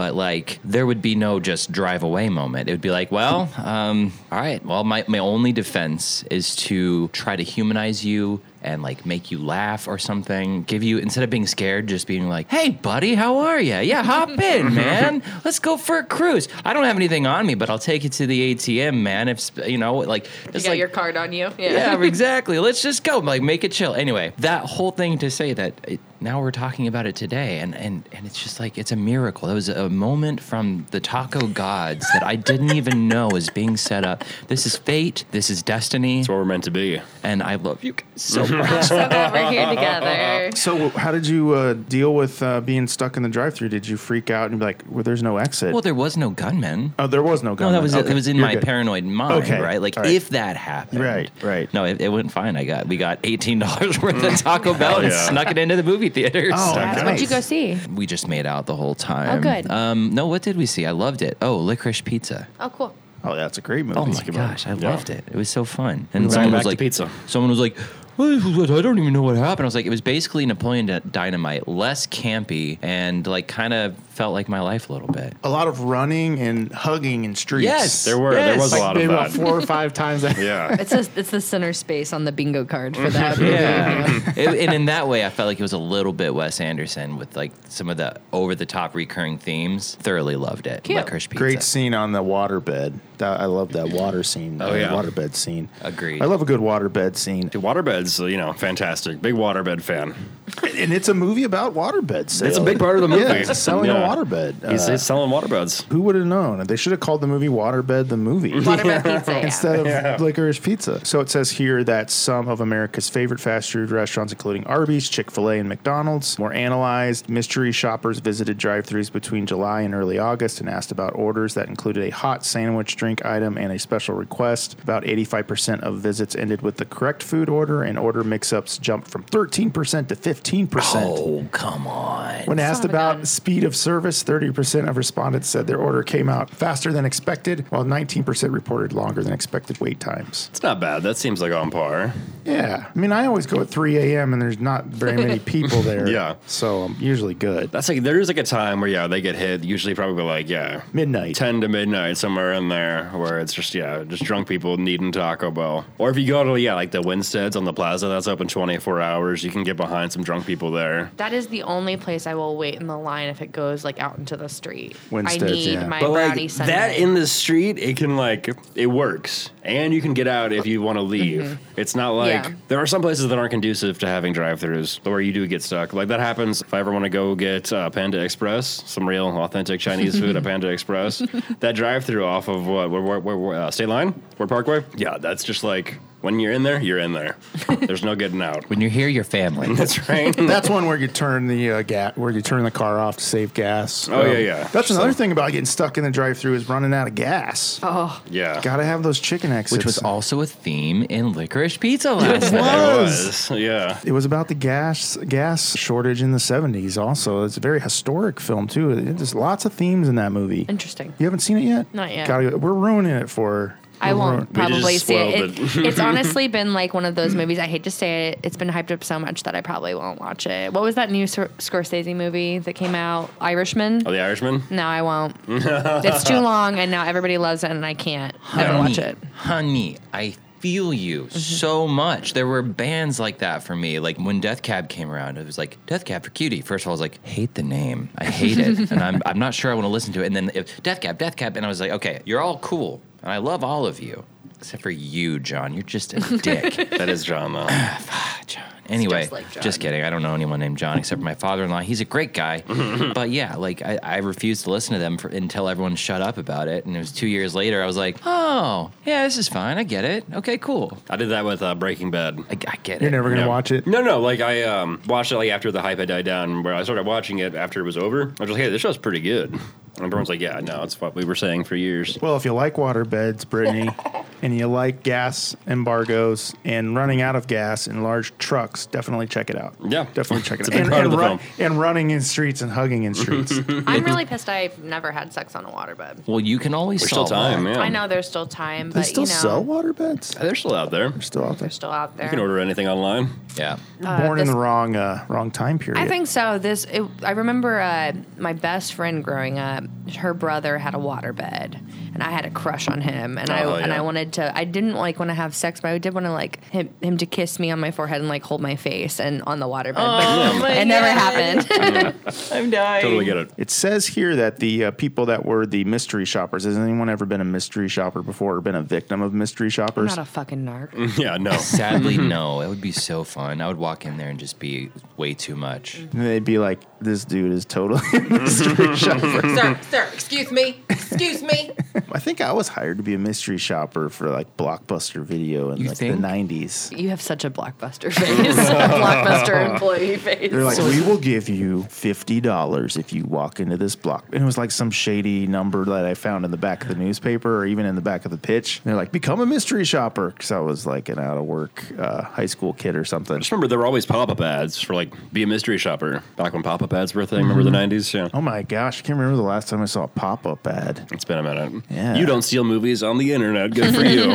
S4: But like, there would be no just drive away moment. It would be like, well, um, all right. Well, my, my only defense is to try to humanize you and like make you laugh or something. Give you instead of being scared, just being like, hey, buddy, how are you? Yeah, hop in, man. Let's go for a cruise. I don't have anything on me, but I'll take you to the ATM, man. If you know, like,
S3: You
S4: just
S3: got
S4: like
S3: your card on you.
S4: yeah, exactly. Let's just go. Like, make it chill. Anyway, that whole thing to say that it, now we're talking about it today, and, and and it's just like it's a miracle. It was a moment from the taco gods that I didn't even know was being set up. This is fate. This is destiny,
S5: That's where we're meant to be.
S4: and I love you guys so
S1: Mm-hmm.
S4: much.
S3: so glad we're here together.
S1: So, how did you uh, deal with uh, being stuck in the drive-through? Did you freak out and be like, "Well, there's no exit"?
S4: Well, there was no gunman.
S1: oh, there was no gun.
S4: No, that was
S1: Okay,
S4: it was in
S1: you're
S4: my
S1: good.
S4: paranoid mind,
S1: Okay,
S4: right? Like
S1: all right.
S4: if that happened,
S1: Right, right. Mm.
S4: No, it, it went fine. I got we got eighteen dollars worth of Taco Bell and
S5: yeah.
S4: snuck it into the movie theaters.
S1: Oh,
S3: That's what you
S1: nice.
S3: go see.
S4: We just made out the whole time.
S3: Oh, good.
S4: Um, no, what did we see? I loved it. Oh, licorice pizza.
S3: Oh, cool.
S1: Oh, that's a great movie.
S4: Oh my gosh, I
S5: Yeah.
S4: loved it. It was so fun. And
S5: went
S4: someone
S5: back
S4: was
S5: to
S4: like,
S5: pizza.
S4: Someone was like, "Well, I don't even know what happened. I was like, it was basically Napoleon D- Dynamite, less campy, and like kind of felt like my life a little bit.
S1: A lot of running and hugging in streets.
S4: Yes,
S5: There were there
S4: Yes.
S5: was a
S4: Like,
S5: lot
S8: Maybe
S5: of
S8: about
S5: that.
S8: four or five times. That.
S5: Yeah,
S3: It's a, it's the center space on the bingo card for
S1: Mm-hmm.
S3: that.
S4: Yeah. It- and in that way, I felt like it was a little bit Wes Anderson with like some of the over the top recurring themes. Thoroughly loved it.
S3: Cute.
S4: Licorice pizza.
S1: Great scene on the waterbed. That, I love that water scene.
S5: Oh,
S1: uh,
S5: yeah.
S1: Waterbed scene.
S4: Agreed.
S1: I love a good waterbed scene.
S5: Dude, waterbeds, you know, fantastic. Big waterbed fan.
S1: And it's a movie about waterbeds.
S5: It's a big part of the movie.
S1: Yeah, it's selling
S5: Yeah.
S1: a waterbed. Uh,
S5: He's, he's selling waterbeds.
S1: who would have known? They should have called the movie Waterbed the Movie.
S3: Waterbed pizza. yeah.
S1: Instead of licorice pizza. So it says here that some of America's favorite fast food restaurants, including Arby's, Chick fil A, and McDonald's, were analyzed. Mystery shoppers visited drive throughs between July and early August and asked about orders that included a hot sandwich drink item and a special request. About 85% of visits ended with the correct food order, and order mix ups jumped from 13% to 15%.
S4: Oh, come on.
S1: When asked
S3: Son of a
S1: about
S3: gun.
S1: speed of service, 30% of respondents said their order came out faster than expected, while 19% reported longer than expected wait times.
S5: It's not bad. That seems like on par.
S1: Yeah. I mean, I always go at 3 a.m. and there's not very many people there.
S5: Yeah.
S1: So I'm usually good.
S5: That's like there's like a time where yeah they get hit. Usually probably like yeah
S1: Midnight.
S5: ten to midnight somewhere in there where it's just yeah just drunk people needing Taco Bell. Or if you go to yeah like the Winsteads on the plaza that's open 24 hours, you can get behind some drunk people there.
S3: That is the only place I will wait in the line if it goes like out into the street.
S1: Winstead's,
S3: I need
S1: yeah.
S3: my
S5: But
S3: brownie
S5: like
S3: sundae.
S5: that in the street, it can like it works, and you can get out if you want to leave. It's not
S3: Mm-hmm.
S5: like
S3: Yeah.
S5: there are some places that aren't conducive to having drive-throughs, where you do get stuck. Like that happens if I ever want to go get uh, Panda Express, some real authentic Chinese food at Panda Express. That drive-through off of what where, where, where, uh, State Line, where Parkway. Yeah, that's just like when you're in there, you're in there. There's no getting out.
S4: when you're here, you're family.
S5: That's right.
S1: That's one where you turn the uh, ga- where you turn the car off to save gas. Um,
S5: Oh, yeah, yeah.
S1: That's another thing about getting stuck in the drive-through is running out of gas.
S3: oh,
S5: yeah.
S1: Gotta have those chicken snacks.
S4: which
S1: It's-
S4: was also a theme in Licorice Pizza last
S5: It
S4: night.
S5: was. Yeah.
S1: It was about the gas gas shortage in the '70s. Also, it's a very historic film too. It- There's lots of themes in that movie.
S3: Interesting.
S1: You haven't seen it yet?
S3: Not yet.
S1: Gotta go- we're ruining it for. her.
S3: I
S1: We're
S3: won't
S1: ruin-
S3: probably
S5: just
S3: see it.
S5: spoiled
S3: It- it's honestly been like one of those movies. I hate to say it. It's been hyped up so much that I probably won't watch it. What was that new Sor- Scorsese movie that came out? Irishman.
S5: Oh, The Irishman.
S3: No, I won't. it's too long, and now everybody loves it, and I can't ever watch it. Mm-hmm.
S4: Honey, I feel you so much. There were bands like that for me. Like when Death Cab came around, it was like Death Cab for Cutie. First of all, I was like, hate the name. I hate it. and I'm, I'm not sure I want to listen to it. And then if, Death Cab, Death Cab. And I was like, okay, you're all cool. And I love all of you. Except for you, John. You're just a dick.
S5: That is drama.
S4: John. Anyway, just,
S3: like John.
S4: kidding. I don't know anyone named John except for my father-in-law. He's a great guy, but yeah, like I, I refused to listen to them for, until everyone shut up about it. And it was two years later, I was like, oh yeah, this is fine. I get it. Okay, cool.
S5: I did that with uh, Breaking Bad.
S4: I, I get
S1: You're
S4: it.
S1: never gonna
S5: Yeah.
S1: watch it.
S5: No, no. Like I um, watched it like after the hype had died down, where I started watching it after it was over. I was like, hey, this show's pretty good. And everyone's like, yeah, no, it's what we were saying for years.
S1: Well, if you like water beds, Brittany, and you like gas embargoes and running out of gas in large trucks, definitely check it out.
S5: Yeah.
S1: definitely check it
S5: It's a
S1: out.
S5: big
S1: and,
S5: part
S1: and
S5: of the
S1: run-
S5: film.
S1: and running in streets and hugging in streets.
S3: I'm really pissed. I've never had sex on a waterbed.
S4: Well, you can always
S5: There's still
S4: solve that.
S5: time. Yeah.
S3: I know there's still time, but
S1: they still
S3: you know,
S1: sell water beds.
S5: They're still out there.
S1: Still out there.
S3: they're still out there.
S5: You can order anything online.
S4: Yeah.
S1: Born in
S3: this-
S1: the wrong uh, wrong time period.
S3: I think so. This it, I remember uh, my best friend growing up. Her brother had a waterbed, and I had a crush on him. And I
S5: Oh,
S3: and
S5: yeah.
S3: I wanted to. I didn't like want to have sex, but I did want to like him, him to kiss me on my forehead and like hold my face and on the waterbed. but it never happened.
S4: I'm dying.
S5: Totally get it.
S1: It says here that the uh, people that were the mystery shoppers. Has anyone ever been a mystery shopper before or been a victim of mystery shoppers?
S3: Not a fucking narc.
S5: Yeah, no.
S4: Sadly, no. It would be so fun. I would walk in there and just be way too much.
S3: Mm-hmm.
S1: And They'd be like, "This dude is totally a mystery shopper."
S9: sir, sir, excuse me, excuse me.
S1: I think I was hired to be a mystery shopper for like Blockbuster Video in
S4: You
S1: like
S4: think?
S1: the '90s.
S3: You have such a blockbuster face, blockbuster employee face.
S1: They're like, "We will give you fifty dollars if you walk into this block." And it was like some shady number that I found in the back of the newspaper or even in the back of the pitch. And they're like, "Become a mystery shopper," because I was like an out of work uh, high school kid or something.
S5: Just remember there were always pop-up ads for like be a mystery shopper back when pop-up ads were a thing. Remember the nineties? Yeah.
S1: Oh my gosh, I can't remember the last time I saw a pop up ad.
S5: It's been a minute.
S1: Yeah.
S5: You don't steal movies on the internet. Good for you.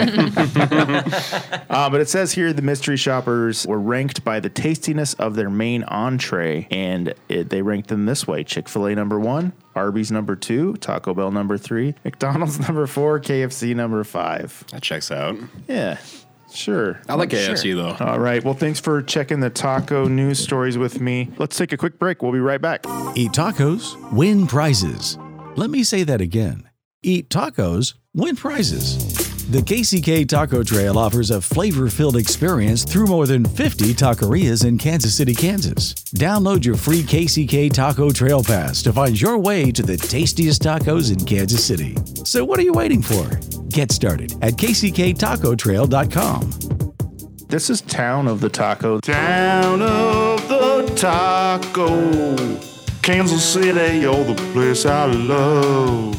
S1: Uh, but it says here the mystery shoppers were ranked by the tastiness of their main entree, and it, they ranked them this way Chick fil A number one, Arby's number two, Taco Bell number three, McDonald's number four, KFC number five.
S5: that checks out.
S1: Yeah, sure.
S5: I like KFC though.
S1: All right. Well, thanks for checking the taco news stories with me. Let's take a quick break. We'll be right back.
S10: Eat tacos, win prizes. Let me say that again. Eat tacos, win prizes. The KCK Taco Trail offers a flavor filled experience through more than 50 taquerias in Kansas City, Kansas. Download your free KCK Taco Trail Pass to find your way to the tastiest tacos in Kansas City. So, what are you waiting for? Get started at kcktacotrail.com.
S1: This is Town of the Taco. Town of the Taco. Kansas City, oh, the place I love.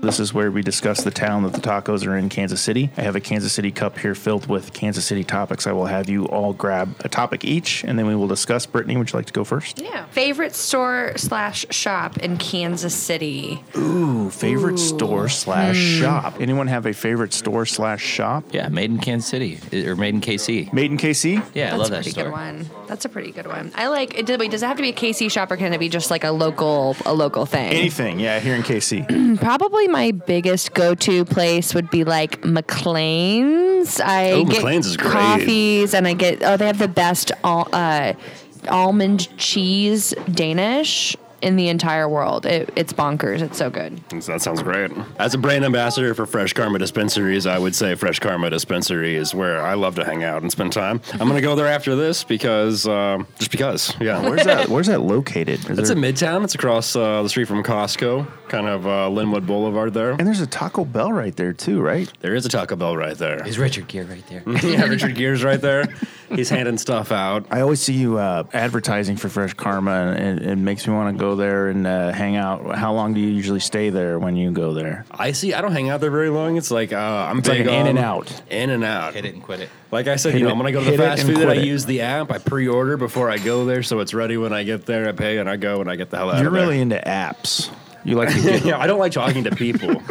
S1: This is where we discuss the town that the tacos are in, Kansas City. I have a Kansas City cup here filled with Kansas City topics. I will have you all grab a topic each, and then we will discuss. Brittany, would you like to go first?
S3: Yeah. Favorite store slash shop in Kansas City.
S1: Ooh, favorite store slash shop. Hmm. Anyone have a favorite store slash shop?
S4: Yeah, Made in Kansas City or Made in KC.
S1: Made in KC?
S4: Yeah,
S3: That's
S4: I love
S3: a
S4: that
S3: pretty
S4: store.
S3: good one. That's a pretty good one. I like. It, did- wait, does it have to be a KC shop or can it be just like a local a local thing?
S1: Anything, yeah, here in KC.
S3: Mm, Probably my biggest go to place would be like McLean's. I
S5: Oh,
S3: get
S5: McLean's is great.
S3: coffees and I get oh they have the best all, uh, almond cheese Danish in the entire world. It, it's bonkers. It's so good.
S5: That sounds great. As a brand ambassador for Fresh Karma Dispensaries, I would say Fresh Karma Dispensary is where I love to hang out and spend time. I'm gonna go there after this because um, just because. Yeah.
S1: Where's that? Where's that located? Is
S5: It's
S1: there-
S5: in Midtown. It's across uh, the street from Costco, kind of uh, Linwood Boulevard there.
S1: And there's a Taco Bell right there too, right?
S5: There is a Taco Bell right there.
S4: Is Richard Gear right there?
S5: yeah, Richard Gere's right there. He's handing stuff out.
S1: I always see you uh, advertising for Fresh Karma, and it, it makes me want to go there and uh, hang out. How long do you usually stay there when you go there?
S5: I see. I don't hang out there very long. It's like uh, I'm
S1: like
S5: big
S1: an in
S5: on-
S1: and out.
S5: in and out.
S4: Hit it and quit it.
S5: Like I said,
S1: Hit
S5: you know,
S1: it-
S5: I'm gonna go to the
S1: hit it
S5: fast
S1: and
S5: food. I
S1: quit it.
S5: use the app. I pre-order before I go there, so it's ready when I get there. I pay and I go and I get the hell out
S1: You're
S5: of there.
S1: really into apps. You like to get
S5: yeah, I don't like talking to people.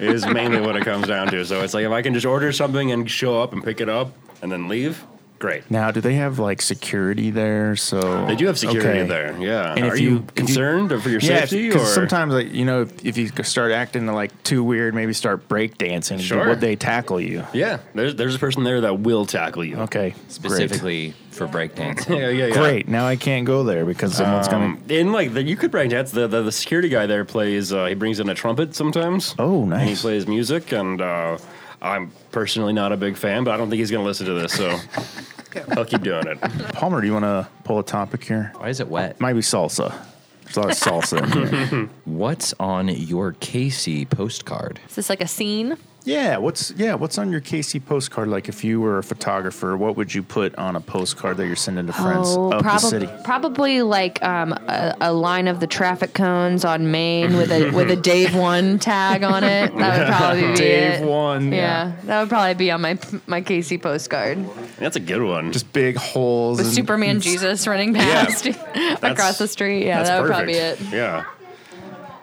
S5: is mainly what it comes down to. So it's like if I can just order something and show up and pick it up and then leave, great.
S1: now. Do they have like security there? So
S5: They do have security
S1: Okay.
S5: there. Yeah.
S1: And if
S5: Are you,
S1: you- if you-
S5: concerned for your
S1: Yeah,
S5: safety? or
S1: because sometimes like you know if, if you start acting like too weird, maybe start breakdancing.
S5: Sure.
S1: Would they tackle you?
S5: yeah, there's there's a person there that will tackle you.
S1: Okay, Great.
S4: Specifically for breakdancing.
S5: Yeah, yeah, yeah.
S1: Great. Now I can't go there because someone's gonna.
S5: And like the, you could bring that's the, the the security guy there plays. Uh, he brings in a trumpet sometimes.
S1: Oh,
S5: And he
S1: nice.
S5: plays music, and uh, I'm personally not a big fan, but I don't think he's going to listen to this, so I'll keep doing it.
S1: Palmer, do you want to pull a topic here?
S4: Why is it wet?
S1: Might be salsa. There's a lot of salsa in here.
S4: What's on your Casey postcard?
S3: Is this like a scene?
S1: Yeah, what's yeah, what's on your KC postcard? Like if you were a photographer, what would you put on a postcard that you're sending to friends of the city?
S3: Oh, probably like um, a, a line of the traffic cones on Maine with a with a Dave One tag on it. That would probably be
S1: Dave
S3: it.
S1: one,
S3: Yeah.
S1: yeah.
S3: that would probably be on my my Casey postcard.
S5: That's a good one.
S1: Just big holes.
S3: With
S1: and-
S3: Superman Jesus running past across
S5: That's-
S3: the street. Yeah,
S5: That's
S3: that would
S5: perfect.
S3: probably be it.
S5: Yeah.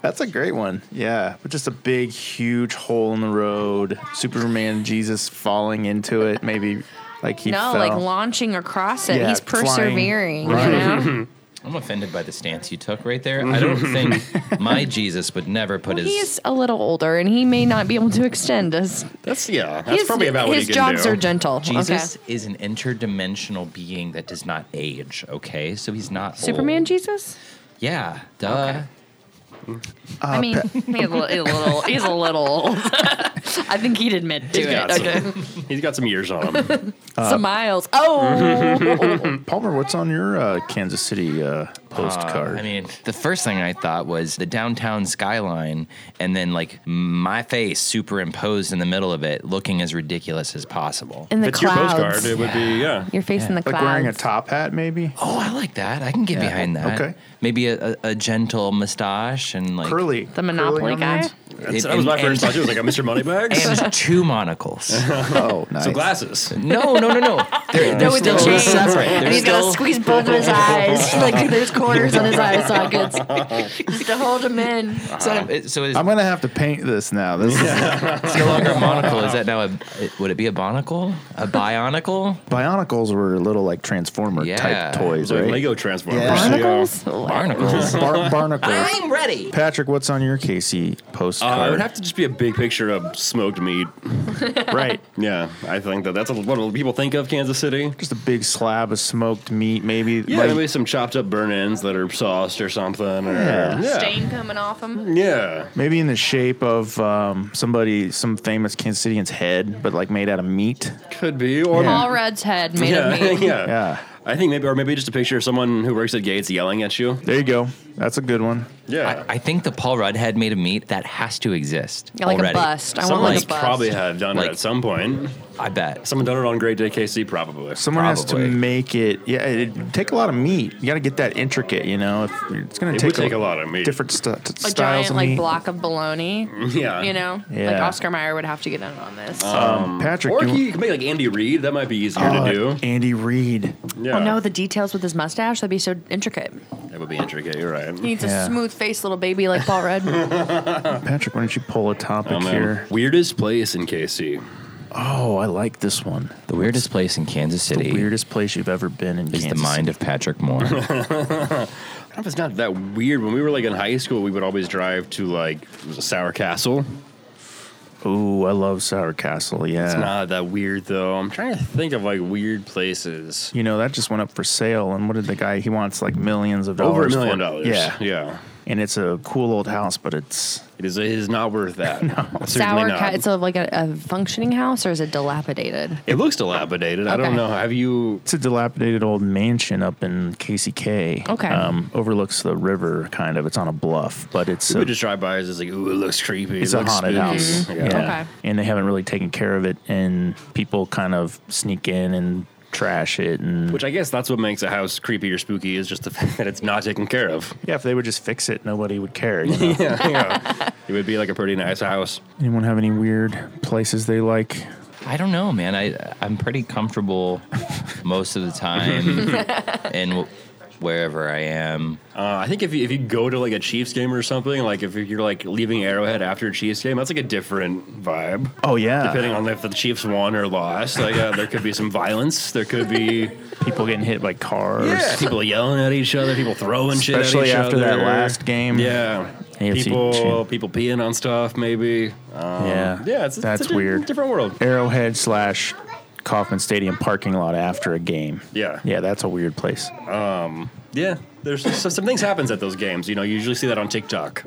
S1: That's a great one. Yeah, but just a big, huge hole in the road. Superman, Jesus falling into it. Maybe like he
S3: No,
S1: fell.
S3: like launching across it.
S1: Yeah,
S3: He's
S1: flying.
S3: persevering.
S1: Right.
S3: You know,
S4: I'm offended by the stance you took right there. I don't think my Jesus would never put his.
S3: he's a little older, and he may not be able to extend his.
S5: That's yeah. That's
S3: his,
S5: probably about what
S3: his
S5: he can
S3: jobs
S5: do.
S3: are gentle.
S4: Jesus
S3: Okay.
S4: is an interdimensional being that does not age, okay? So he's not
S3: Superman
S1: Oh.
S4: old.
S3: Jesus.
S4: Yeah, duh.
S3: I mean, he's a little, he's a little, he's a little old. I think he'd admit to
S5: He's got,
S3: it. Okay.
S5: some, he's got some years on him.
S3: Some miles. Oh,
S1: Palmer, what's on your uh, Kansas City uh, postcard?
S4: I mean, the first thing I thought was the downtown skyline, and then like my face superimposed in the middle of it, looking as ridiculous as possible.
S3: in
S5: if
S3: the
S5: it's
S3: clouds.
S5: your postcard, it would be yeah.
S3: Your face in the
S1: like
S3: clouds.
S1: wearing a top hat, maybe
S4: oh, I like that. I can get behind that.
S1: okay.
S4: Maybe a, a, a gentle mustache and like
S1: curly.
S3: The Monopoly
S1: curling
S3: guy.
S1: irons.
S5: That's, that was my first thought. too. It was like a Mr. Moneybags.
S4: and two monocles.
S1: Oh, nice.
S5: Some glasses.
S4: No, no, no, no. They're, they're
S3: with the
S4: still
S3: chains.
S4: separate. They're
S3: And he's got to
S4: still-
S3: squeeze both of his eyes. like there's corners on his eye sockets. Just to hold him in.
S4: so, it- Uh, so it's
S1: I'm gonna have to paint this now. This is
S4: it's no longer a monocle. Is that now a? Would it be a bonocle? A bionicle?
S1: Bionicles were little like Transformer
S4: Yeah.
S1: type toys,
S5: It's like
S1: right?
S5: Lego Transformers.
S1: Yeah.
S3: Barnacles?
S4: Barnacles.
S1: Bar- barnacles.
S9: I'm ready.
S1: Patrick, what's on your Casey
S5: Uh, it
S1: postcard?
S5: would have to just be a big picture of smoked meat.
S1: right.
S5: Yeah, I think that that's what people think of Kansas City.
S1: Just a big slab of smoked meat, maybe.
S5: Yeah,
S1: like-
S5: maybe some chopped up burn ends that are sauced or something. Or,
S1: Yeah.
S5: yeah.
S3: Stain coming off him.
S5: Yeah.
S1: Maybe in the shape of um, somebody, some famous Kansas Citian's head, but like made out of meat.
S5: Could be. Or
S1: Yeah.
S3: All red's head made
S5: yeah.
S3: of meat.
S5: yeah.
S1: Yeah.
S5: I think maybe, or maybe just a picture of someone who works at Gates yelling at you.
S1: There you go. That's a good one.
S5: Yeah.
S4: I, I think the Paul Rudd head made of meat that has to exist.
S3: Yeah, like a
S4: already.
S3: bust. I want
S5: Someone's
S3: like a bust.
S5: probably have done
S4: Like-
S5: it at some point.
S4: I bet.
S5: Someone done it on Great Day KC, probably.
S1: Someone
S4: Probably.
S1: has to make it. Yeah, it would take a lot of meat. You got to get that intricate. You know, if it's gonna
S5: It
S1: take,
S5: would take a lot of meat.
S1: Different stu- t-
S3: a
S1: styles
S3: giant
S1: of
S3: like
S1: meat.
S3: block of baloney.
S5: Yeah.
S3: You know, like
S1: Yeah.
S3: Oscar Mayer would have to get in on this.
S1: Um, Patrick,
S5: Or
S1: you-
S5: you could make like Andy Reid. That might be easier to do.
S1: Andy Reid.
S5: Yeah.
S3: Oh no, the details with his mustache, that'd be so intricate.
S5: that would be intricate. You're
S3: He
S5: right.
S3: needs
S1: Yeah.
S3: a smooth faced little baby like Paul Rudd.
S1: Patrick, why don't you pull a topic
S5: Oh, man.
S1: here?
S5: Weirdest place in KC.
S1: Oh, I like this one.
S4: The weirdest place in Kansas
S1: The
S4: City
S1: weirdest place you've ever been in
S4: is the
S1: Kansas
S4: mind of Patrick Moore.
S5: I don't know if it's not that weird. When we were like in high school, we would always drive to like it was a Sour Castle.
S1: City. Ooh, I love Sour Castle. Yeah.
S5: It's not that weird though. I'm trying to think of like weird places.
S1: you know that just went up for sale, and what did the guy? He wants like millions of dollars.
S5: Over a
S1: for
S5: million
S1: it.
S5: dollars.
S1: Yeah.
S5: yeah.
S1: and it's a cool old house, but it's
S5: It is. It is not worth that. Certainly
S3: Sour
S5: not.
S3: cat. It's a, like a, a functioning house, or is it dilapidated?
S5: it looks dilapidated. I
S3: Okay.
S5: don't know. Have you?
S1: it's a dilapidated old mansion up in KCK.
S3: Okay.
S1: um, overlooks the river, kind of. It's on a bluff, but it's
S5: we
S1: a,
S5: would just drive by. It's just like, ooh, it looks creepy.
S1: it's
S5: it
S1: a
S5: looks
S1: haunted
S5: spooky. Mm-hmm.
S1: house.
S5: Yeah.
S1: Yeah.
S3: Okay.
S1: And they haven't really taken care of it, and people kind of sneak in and
S6: trash it and
S5: Which I guess that's what makes a house creepy or spooky is just the fact that it's not taken care of.
S6: yeah, if they would just fix it, nobody would care. You know?
S5: Yeah, you know, it would be like a pretty nice house.
S1: Anyone have any weird places they like?
S4: I don't know, man. I I'm pretty comfortable most of the time, and w- wherever I am.
S5: Uh, I think if you, if you go to like a Chiefs game or something, like if you're like leaving Arrowhead after a Chiefs game, that's like a different vibe.
S1: Oh yeah,
S5: Depending on if the Chiefs won or lost, like uh, there could be some violence. There could be
S6: People getting hit by cars.
S5: people yelling at each other, people throwing
S1: especially
S5: shit at each
S1: after
S5: other.
S1: that last game.
S5: Yeah.
S6: AFC
S5: People,
S6: champ.
S5: people peeing on stuff, maybe. Um,
S1: Yeah.
S5: yeah, it's,
S1: That's
S5: it's a di-
S1: weird.
S5: Different world.
S1: Arrowhead slash Kauffman Stadium parking lot after a game.
S5: Yeah.
S1: Yeah, that's a weird place.
S5: Yeah, there's so some things happens at those games. You know, you usually see that on TikTok.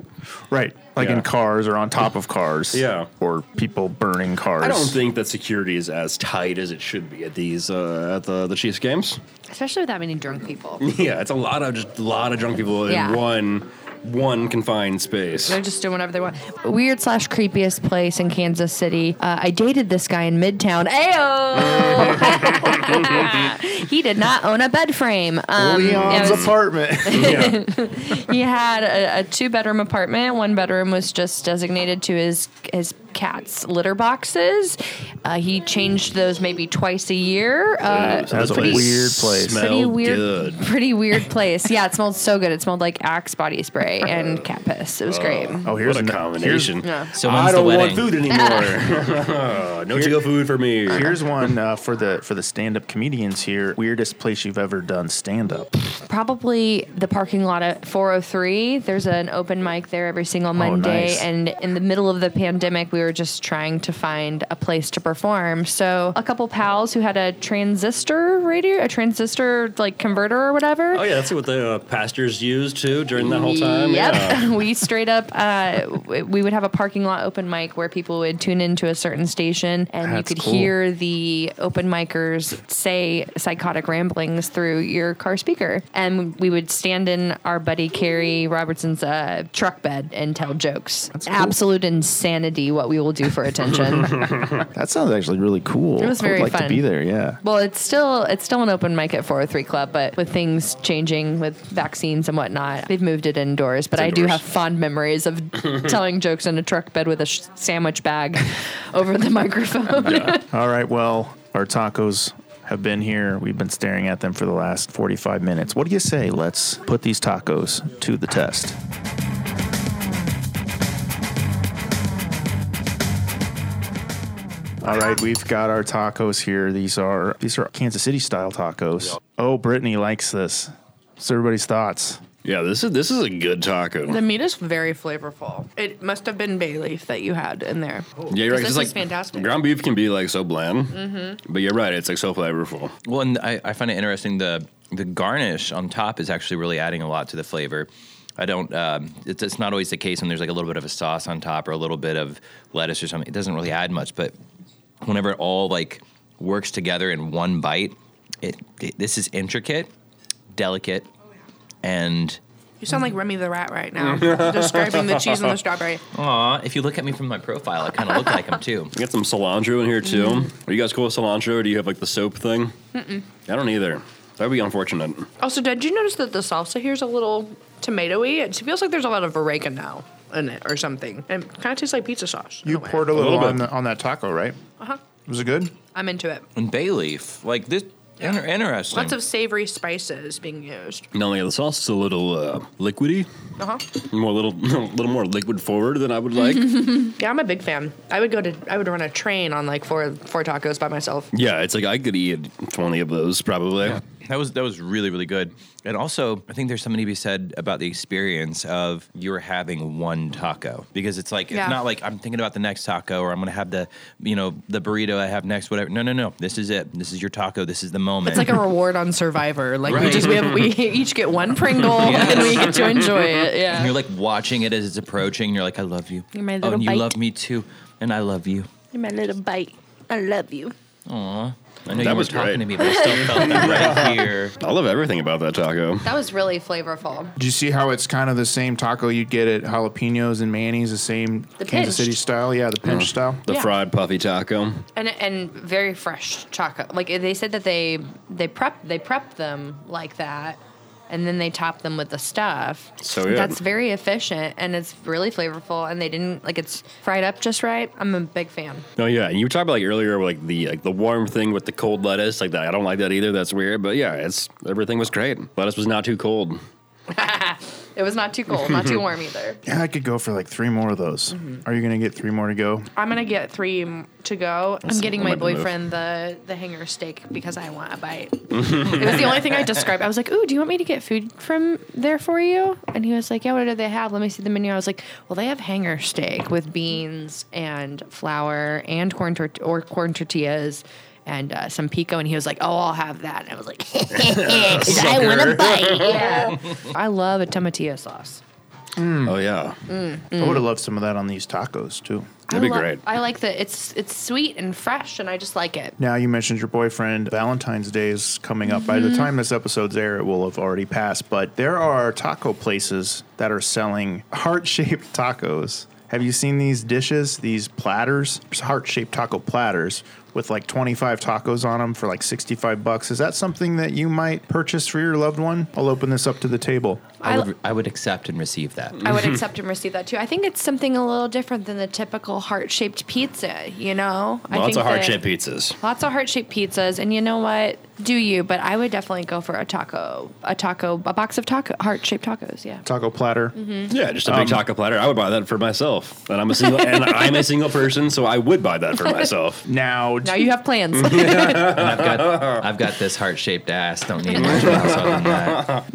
S1: Right. Like
S5: Yeah.
S1: in cars or on top of cars.
S5: Yeah.
S1: Or people burning cars.
S5: I don't think that security is as tight as it should be at these uh, at the, the Chiefs games.
S3: especially with that many drunk people.
S5: Yeah, it's a lot of just a lot of drunk people in
S3: Yeah.
S5: one one confined space.
S3: They're just doing whatever they want. Weird slash creepiest place in Kansas City. Uh, I dated this guy in Midtown. Ayo! he did not own a bed frame. Um, it
S1: Leon's
S3: was-
S1: apartment.
S5: yeah.
S3: he had a, a two bedroom apartment. One bedroom was just designated to his his cat's litter boxes. Uh, he changed those maybe twice a year. Uh,
S5: That's
S1: a weird place.
S3: pretty
S5: Smelled
S3: weird,
S5: good.
S3: pretty weird place. Yeah, it smelled so good. It smelled like Axe body spray and cat piss. It was great.
S1: oh, here's
S5: What a
S1: ano-
S5: combination.
S3: Yeah.
S4: So when's
S5: I
S4: the
S5: don't
S4: wedding?
S5: want food anymore. no chill food for me.
S1: Here's, here's one uh, for the for the stand up comedians here. Weirdest place you've ever done stand up.
S3: probably the parking lot at 403. There's an open mic there every single Monday.
S1: nice.
S3: And in the middle of the pandemic, we were just trying to find a place to perform. So a couple pals who had a transistor radio, a transistor like converter or whatever.
S5: Oh yeah, that's what the uh, pastors used too during that whole time.
S3: Yep.
S5: Yeah.
S3: we straight up, uh, w- we would have a parking lot open mic where people would tune into a certain station and
S1: That's
S3: you could
S1: cool.
S3: hear the open micers say psychotic ramblings through your car speaker. And we would stand in our buddy Carrie Robertson's uh, truck bed and tell jokes. Absolute insanity what we will do for attention.
S1: That sounds actually really cool.
S3: It was
S1: I would
S3: very
S1: like
S3: fun.
S1: to be there, yeah.
S3: well, it's still it's still an open mic at 403 Club, but with things changing with vaccines and whatnot, they've moved it indoors. But I do have fond memories of telling jokes in a truck bed with a sh- sandwich bag over the microphone.
S1: All right, well, our tacos have been here. We've been staring at them for the last 45 minutes. What do you say? Let's put these tacos to the test. All right, we've got our tacos here. These are these are Kansas City style tacos. Oh, Brittany likes this. What's everybody's thoughts?
S5: Yeah, this is this is a good taco.
S11: The meat is very flavorful. It must have been bay leaf that you had in there.
S5: yeah, you're right.
S11: This
S5: 'cause,
S11: is
S5: like,
S11: fantastic. Mm-hmm.
S5: Ground beef can be like so bland, but you're right. It's like so flavorful.
S4: Well, and I, I find it interesting the the garnish on top is actually really adding a lot to the flavor. I don't. Um, it's, it's not always the case when there's like a little bit of a sauce on top or a little bit of lettuce or something. It doesn't really add much, but whenever it all like works together in one bite, it, it this is intricate, delicate, and
S11: You sound like Remy the Rat right now, describing the cheese and the strawberry.
S4: aw. If you look at me from my profile, I kind of look like him too.
S5: You got some cilantro in here too.
S3: Mm-hmm.
S5: Are you guys cool with cilantro? Or do you have like the soap thing? Mm-mm. I don't either. That would be unfortunate.
S11: Also, did you notice that the salsa here is a little tomatoey? It feels like there's a lot of oregano in it or something. And it kind of tastes like pizza sauce. in
S1: You
S3: Oh,
S11: a way.
S1: poured a little,
S5: little bit.
S1: on, the, on that taco, right?
S11: Uh-huh.
S1: Was it good?
S11: I'm into it.
S4: And bay leaf, like this, inter- interesting.
S11: Lots of savory spices being used.
S5: No, yeah, the sauce is a little uh, liquidy,
S3: Uh-huh.
S11: Uh huh.
S5: more little, little more liquid forward than I would like.
S11: Yeah, I'm a big fan. I would go to. I would run a train on like four four tacos by myself.
S5: yeah, it's like I could eat twenty of those probably.
S4: That was that was really really good, and also I think there's something to be said about the experience of you're having one taco because it's like
S11: Yeah.
S4: it's not like I'm thinking about the next taco or I'm gonna have the you know the burrito I have next whatever. No no no, this is it. This is your taco. This is the moment.
S11: It's like a reward on Survivor. Like we
S4: Right.
S11: just we have we each get one Pringle and we get to enjoy it.
S4: and you're
S11: Yeah.
S4: like watching it as it's approaching. and You're like I love you.
S3: You're my
S4: oh,
S3: little
S4: and you
S3: bite.
S4: love me too, and I love you.
S11: My little bite. I love you.
S4: I know
S5: That
S4: you were
S5: was
S4: talking
S5: great.
S4: to me, but I still felt that right here.
S5: I love everything about that taco.
S9: That was really flavorful.
S1: Do you see how it's kind of the same taco you'd get at jalapenos and Manny's, the same
S9: The
S1: Kansas City
S9: pinched.
S1: style? Yeah, the pinch style.
S5: The fried puffy taco.
S3: and and very fresh choco. Like they said that they they prep they prep them like that, and then they top them with the stuff.
S5: So good.
S3: That's very efficient and it's really flavorful. And they didn't like it's fried up just right. I'm a big fan.
S5: No, yeah, and you were talking about like earlier, like the like the warm thing with the cold lettuce, like that. I don't like that either. That's weird, but yeah, it's everything was great. Lettuce was not too cold.
S3: It was not too cold, not too warm either.
S1: Yeah, I could go for like three more of those.
S9: Mm-hmm.
S1: Are you going to get three more to go?
S11: I'm gonna get three m- to go.
S3: I'm getting
S5: that
S3: my
S5: might be a move.
S3: boyfriend the the hanger steak because I want a bite.
S11: It was the only thing I described. I was like, "Ooh, do you want me to get food from there for you?" And he was like, "Yeah, what do they have? Let me see the menu." I was like,
S3: Well, they have hanger steak with beans and flour and corn tort- or corn tortillas and uh, some pico. And he was like, "Oh, I'll have that." And I was like, "'Cause I want a bite." Yeah, I love a tomatillo sauce. Mm.
S5: Oh yeah,
S9: Mm.
S1: I would have loved some of that on these tacos too.
S5: that'd be
S3: I lo-
S5: great.
S3: I like that. It's it's sweet and fresh, and I just like it.
S1: Now you mentioned your boyfriend. Valentine's Day is coming up. By the time this episode's air, it will have already passed. But there are taco places that are selling heart-shaped tacos. Have you seen these dishes? These platters, There's heart-shaped taco platters with like 25 tacos on them for like 65 bucks. Is that something that you might purchase for your loved one? I'll open this up to the table.
S4: I would, I would accept and receive that.
S3: I would accept and receive that too. I think it's something a little different than the typical heart shaped pizza. You know, I
S5: Lots
S3: think
S5: of heart
S3: that-
S5: shaped pizzas.
S3: Lots of heart shaped pizzas, and you know what? Do you? But I would definitely go for a taco, a taco, a box of taco heart shaped tacos. Yeah.
S1: Taco platter.
S5: Yeah, just a big taco platter. I would buy that for myself, and I'm a single, and I'm a single person, so I would buy that for myself.
S1: Now,
S3: Now you have plans.
S4: And I've got I've got this heart shaped ass. Don't need much else other than that.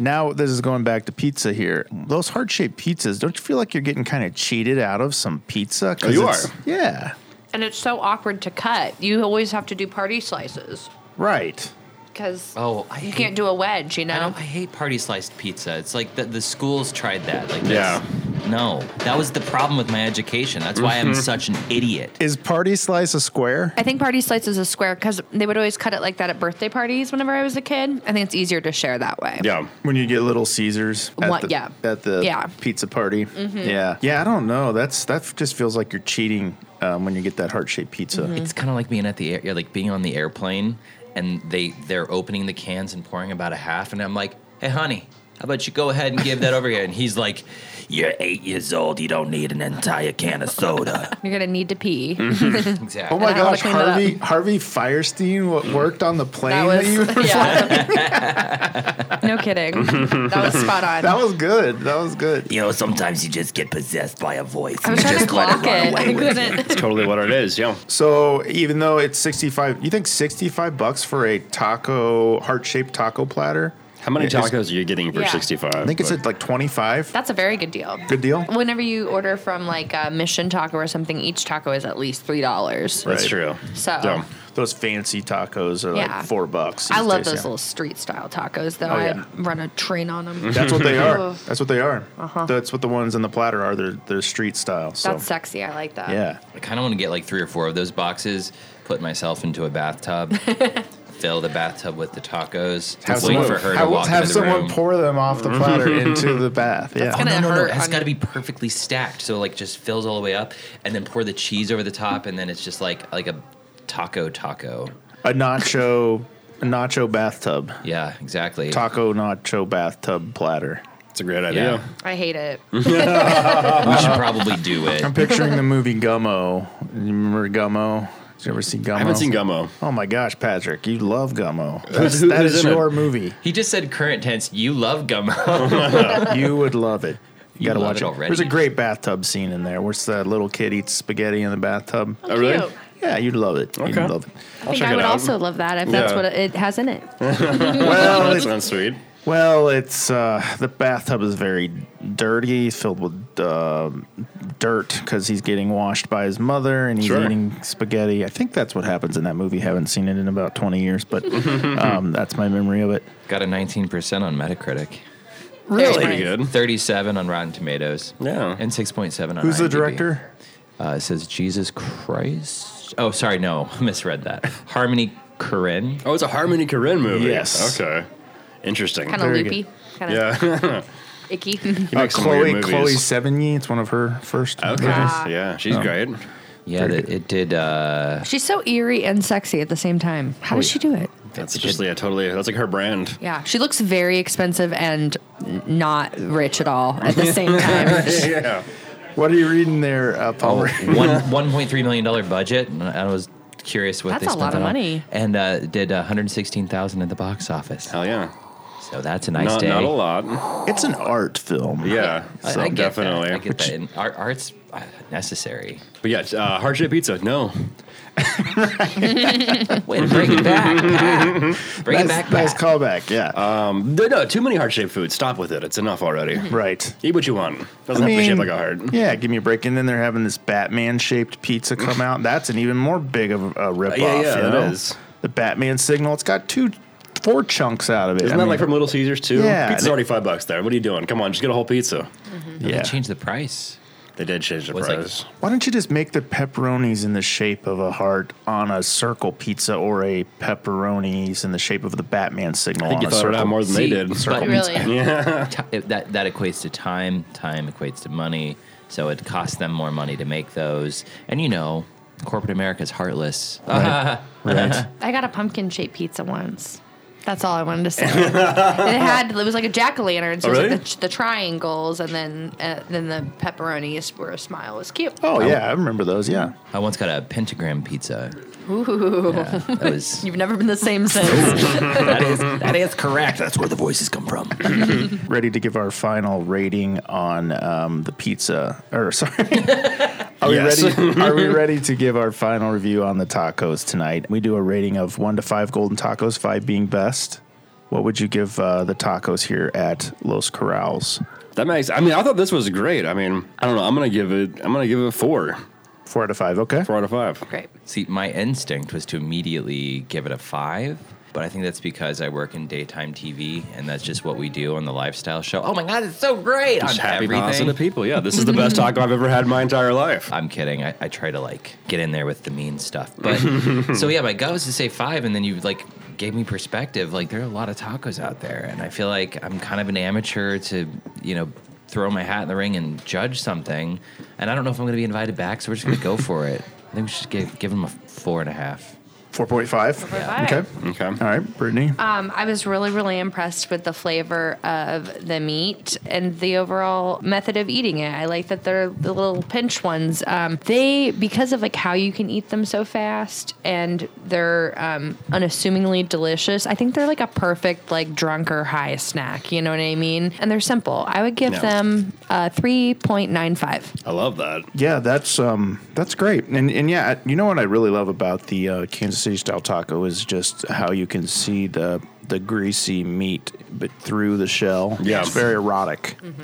S1: Now this is going back to pizza here. Those heart shaped pizzas, don't you feel like you're getting kind of cheated out of some pizza? 'Cause
S5: Oh, you
S1: it's-
S5: are.
S1: Yeah.
S3: and it's so awkward to cut. You always have to do party slices
S1: Right.
S3: because
S4: Oh, I
S3: you can't do a wedge. You
S4: I
S3: know.
S4: don't. I hate party sliced pizza. It's like the, the schools tried that. Like,
S5: Yeah.
S4: yeah. No, that was the problem with my education. That's why
S3: Mm-hmm.
S4: I'm such an idiot.
S1: Is party slice a square?
S3: I think party slices is square because they would always cut it like that at birthday parties whenever I was a kid. I think it's easier to share that way.
S5: Yeah,
S1: When you get little Caesars at
S3: What-
S1: the,
S3: yeah.
S1: at the
S3: Yeah. Mm-hmm.
S1: pizza party. Yeah. Yeah, I don't know. That's that just feels like you're cheating um, when you get that heart shaped pizza.
S3: Mm-hmm.
S4: It's kind of like being at the air, yeah, like being on the airplane, and they they're opening the cans and pouring about a half, and I'm like, hey, honey. How about you go ahead and give that over here? And he's like, "You're eight years old. You don't need an entire can of soda."
S3: You're gonna need to pee.
S5: Mm-hmm.
S4: exactly.
S1: Oh my
S3: And I wanna
S1: gosh,
S3: clean that up.
S1: Harvey Harvey Firestein wa- worked on the plane
S3: That
S1: that, you were
S3: was yeah. no kidding. That was spot on.
S1: That was good. That was good.
S2: You know, sometimes you just get possessed by a voice.
S3: I was trying to clock it. I couldn't.
S5: it's totally what it is. Yeah,
S1: So even though it's sixty five, you think sixty five bucks for a taco heart shaped taco platter?
S5: how many
S1: Yeah, it's-
S5: tacos are you getting for
S3: Yeah.
S5: sixty five?
S1: I think it's at like twenty five.
S3: That's a very good deal.
S1: Good deal.
S3: Whenever you order from like a Mission Taco or something, each taco is at least three dollars.
S5: that's
S1: Right.
S5: true.
S3: So-
S5: Yeah.
S1: Those fancy tacos are
S3: Yeah.
S1: like four bucks.
S3: I
S1: these
S3: love
S1: days,
S3: those
S1: yeah.
S3: little street style tacos though.
S1: Oh, yeah.
S3: I run a train on them.
S1: That's what they are.
S3: Ugh.
S1: That's what they are. That's what the ones in the platter are. They're they're street style. So
S3: Uh-huh. That's sexy. I like that.
S1: yeah.
S4: I kind of want to get like three or four of those boxes, put myself into a bathtub, fill the bathtub with the tacos, wait for her to
S1: have-
S4: walk
S1: have
S4: into the
S1: someone
S4: room.
S1: pour them off the platter into the bath. Yeah.
S4: Oh, no, no, no!
S3: hurt
S4: It has
S3: on-
S4: got to be perfectly stacked, so like just fills all the way up, and then pour the cheese over the top, and then it's just like like a taco taco.
S1: a nacho a nacho bathtub.
S4: Yeah, exactly.
S1: Taco nacho bathtub platter.
S5: It's a great idea.
S4: Yeah,
S3: I hate it.
S4: we should probably do it.
S1: I'm picturing the movie Gummo. You remember Gummo? Did you ever see Gummo?
S5: I haven't seen Gummo. Uh,
S1: Oh my gosh, Patrick, you love Gummo. That's,
S5: who-
S1: that
S5: who's
S1: is
S5: in it?
S1: your movie.
S4: He just said current tense. You love gumbo.
S1: You would love it. You, gotta
S4: love
S1: watch
S4: it
S1: it.
S4: already.
S1: There's a great bathtub scene in there where it's the little kid eats spaghetti in the bathtub.
S5: Oh, really?
S11: Cute.
S1: Yeah, you'd love it. You'd
S5: Okay.
S1: love it.
S3: I think
S5: check
S3: I
S5: it
S3: would
S5: out.
S3: also love that if that's
S5: Yeah.
S3: what it has in it.
S5: Well, that sounds sweet.
S1: Well, it's uh, the bathtub is very dirty, filled with uh, dirt because he's getting washed by his mother and he's
S5: Sure.
S1: eating spaghetti. I think that's what happens in that movie. Haven't seen it in about 20 years, but um, that's my memory of it.
S4: Got a 19% on Metacritic,
S5: That's pretty
S3: Nice.
S5: good.
S4: 37 on Rotten Tomatoes,
S5: Yeah.
S4: and 6.7 on.
S1: Who's the
S4: IMDb.
S1: director?
S4: Uh, it says Jesus Christ. Oh, sorry, no, misread that. Harmony Corinne.
S5: Oh, it's a Harmony Korine movie.
S1: Yes.
S5: Okay. Interesting.
S3: Kind of loopy, kind of
S5: yeah.
S3: icky.
S5: He
S1: Uh,
S5: makes some weird
S1: Chloe
S5: movies.
S1: Chloe Sevigny. It's one of her first. movies.
S5: Okay. Yeah, she's great.
S4: Yeah, that, it did. Uh,
S3: She's so eerie and sexy at the same time. How
S1: Oh,
S3: does she do it?
S5: That's just yeah, totally. That's like her brand.
S3: Yeah, she looks very expensive and n- not rich at all at the same time.
S5: Yeah.
S1: What are you reading there, uh, Paul?
S5: Oh.
S4: one one point three million dollar budget. And I was curious what
S3: That's
S4: they
S3: a
S4: spent
S3: lot of
S4: that on.
S3: money.
S4: and uh, did one hundred sixteen thousand at the box office.
S5: Hell yeah.
S4: So that's a nice
S5: not,
S4: day.
S5: not a lot.
S1: It's an art film.
S5: Yeah.
S4: I-
S5: so
S4: I, get
S5: definitely.
S4: That. I get that. And art, art's uh, necessary.
S5: But yeah, uh, hard shape pizza. No.
S4: Way to bring it back. Pat. Bring it
S1: Nice,
S4: back.
S1: nice
S4: Pat.
S1: callback. Yeah.
S5: Uh, There- No, too many heart shaped foods. Stop with it. It's enough already.
S1: right.
S5: Eat what you want. Doesn't have to be shaped like a heart.
S1: Mm-hmm. Yeah, give me a break. And then they're having this Batman shaped pizza come out. That's an even more big of a rip
S5: yeah,
S1: off.
S5: yeah,
S1: you
S5: it
S1: know?
S5: is.
S1: The Batman signal. It's got two, four chunks out of it.
S5: Isn't
S1: I
S5: that
S1: mean,
S5: like from Little Caesars too?
S1: Yeah.
S5: Pizza's already five bucks there. What are you doing? Come on, just get a whole pizza.
S4: They
S1: yeah.
S4: changed the price.
S5: They did change the
S4: Was like-
S5: price.
S1: Why don't you just make the pepperonis in the shape of a heart on a circle pizza, or a pepperonis in the shape of the Batman signal
S5: I think
S1: on
S5: you
S1: a
S5: thought it
S1: circle?
S5: out more than
S4: See,
S5: they did.
S4: but-
S12: Really?
S4: Ti- it- that that equates to time. Time equates to money. So it costs them more money to make those. And you know, corporate America's heartless.
S3: I got a pumpkin shaped pizza once. That's all I wanted to say. and it had it was like a jack o' lantern, so
S5: Oh,
S3: it was
S5: really?
S3: like the, the triangles, and then uh, then the pepperonis were a smile. It was cute.
S1: Oh yeah, I remember those. Yeah.
S4: I once got a pentagram pizza. Ooh, that was
S3: You've never been the same since.
S4: that is that is correct. That's where the voices come from.
S1: ready to give our final rating on um, the pizza. Or sorry, are we
S5: Yes.
S1: ready? Are we ready to give our final review on the tacos tonight? We do a rating of one to five golden tacos, five being best. What would you give uh, the tacos here at Los Corrals?
S5: That makes. I mean, I thought this was great. I mean, I don't know. I'm gonna give it. I'm gonna give it four.
S1: Four out of five. Okay.
S5: Four out of five.
S3: Great.
S4: See, my instinct was to immediately give it a five, but I think that's because I work in daytime TV, and that's just what we do on the lifestyle show. Oh my god, it's so great!
S5: Just
S4: on
S5: happy,
S4: everything.
S5: positive people. Yeah, this is the best taco I've ever had in my entire life.
S4: I'm kidding. I, I try to like get in there with the mean stuff. But so yeah, my gut was to say five, and then you like gave me perspective. Like there are a lot of tacos out there, and I feel like I'm kind of an amateur to you know throw my hat in the ring and judge something, and I don't know if I'm going to be invited back. So we're just going to go for it. I think we should give give them a four and a half.
S1: Four point five. Okay.
S5: Okay.
S1: All right, Brittany.
S3: Um, I was really, really impressed with the flavor of the meat and the overall method of eating it. I like that they're the little pinch ones. Um, they, because of like how you can eat them so fast and they're um, unassumingly delicious, I think they're like a perfect like drunk or high snack. You know what I mean? And they're simple. I would give
S5: Yeah.
S3: them uh, 3.95.
S5: I love that.
S1: Yeah, that's um, that's great, and and yeah, you know what I really love about the uh, Kansas City style taco is just how you can see the the greasy meat, but through the shell.
S5: Yeah.
S1: it's very erotic. You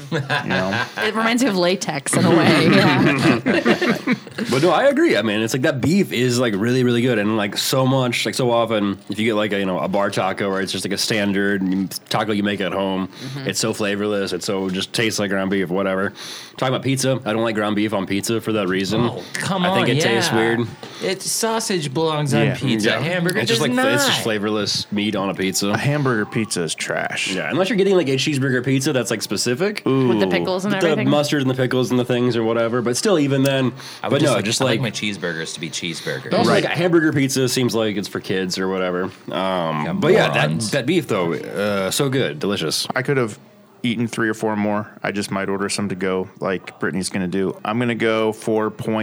S1: know,
S3: It reminds me of latex in a way. Yeah.
S5: But no, I agree. I mean, it's like that beef is like really, really good, and like so much, like so often, if you get like a you know a bar taco where it's just like a standard taco you make at home,
S4: Mm-hmm.
S5: it's so flavorless, it's so just tastes like ground beef, whatever. Talking about pizza, I don't like ground beef on pizza for that reason.
S4: Oh, come
S5: I
S4: on!
S5: think it
S4: yeah.
S5: tastes weird.
S4: It's sausage belongs
S1: Yeah.
S4: on pizza.
S5: Yeah.
S4: Hamburger
S5: It's just
S4: does
S5: like
S4: not.
S5: it's just flavorless meat on a pizza.
S1: hamburger pizza is trash.
S5: Yeah, unless you're getting like a cheeseburger pizza that's like specific.
S3: With the pickles and
S5: the
S3: everything.
S5: mustard and the pickles and the things or whatever. But still, even then,
S4: I would
S5: but
S4: just
S5: no,
S4: like,
S5: just
S4: I
S5: like,
S4: my cheeseburgers to be cheeseburgers.
S5: also, like a hamburger pizza seems like it's for kids or whatever. Um,
S4: Yeah,
S5: but yeah, that,
S4: morons.
S5: that beef though, uh, so good, delicious.
S1: I could have eaten three or four more. I just might order some to go, like Brittany's going to do. I'm going to go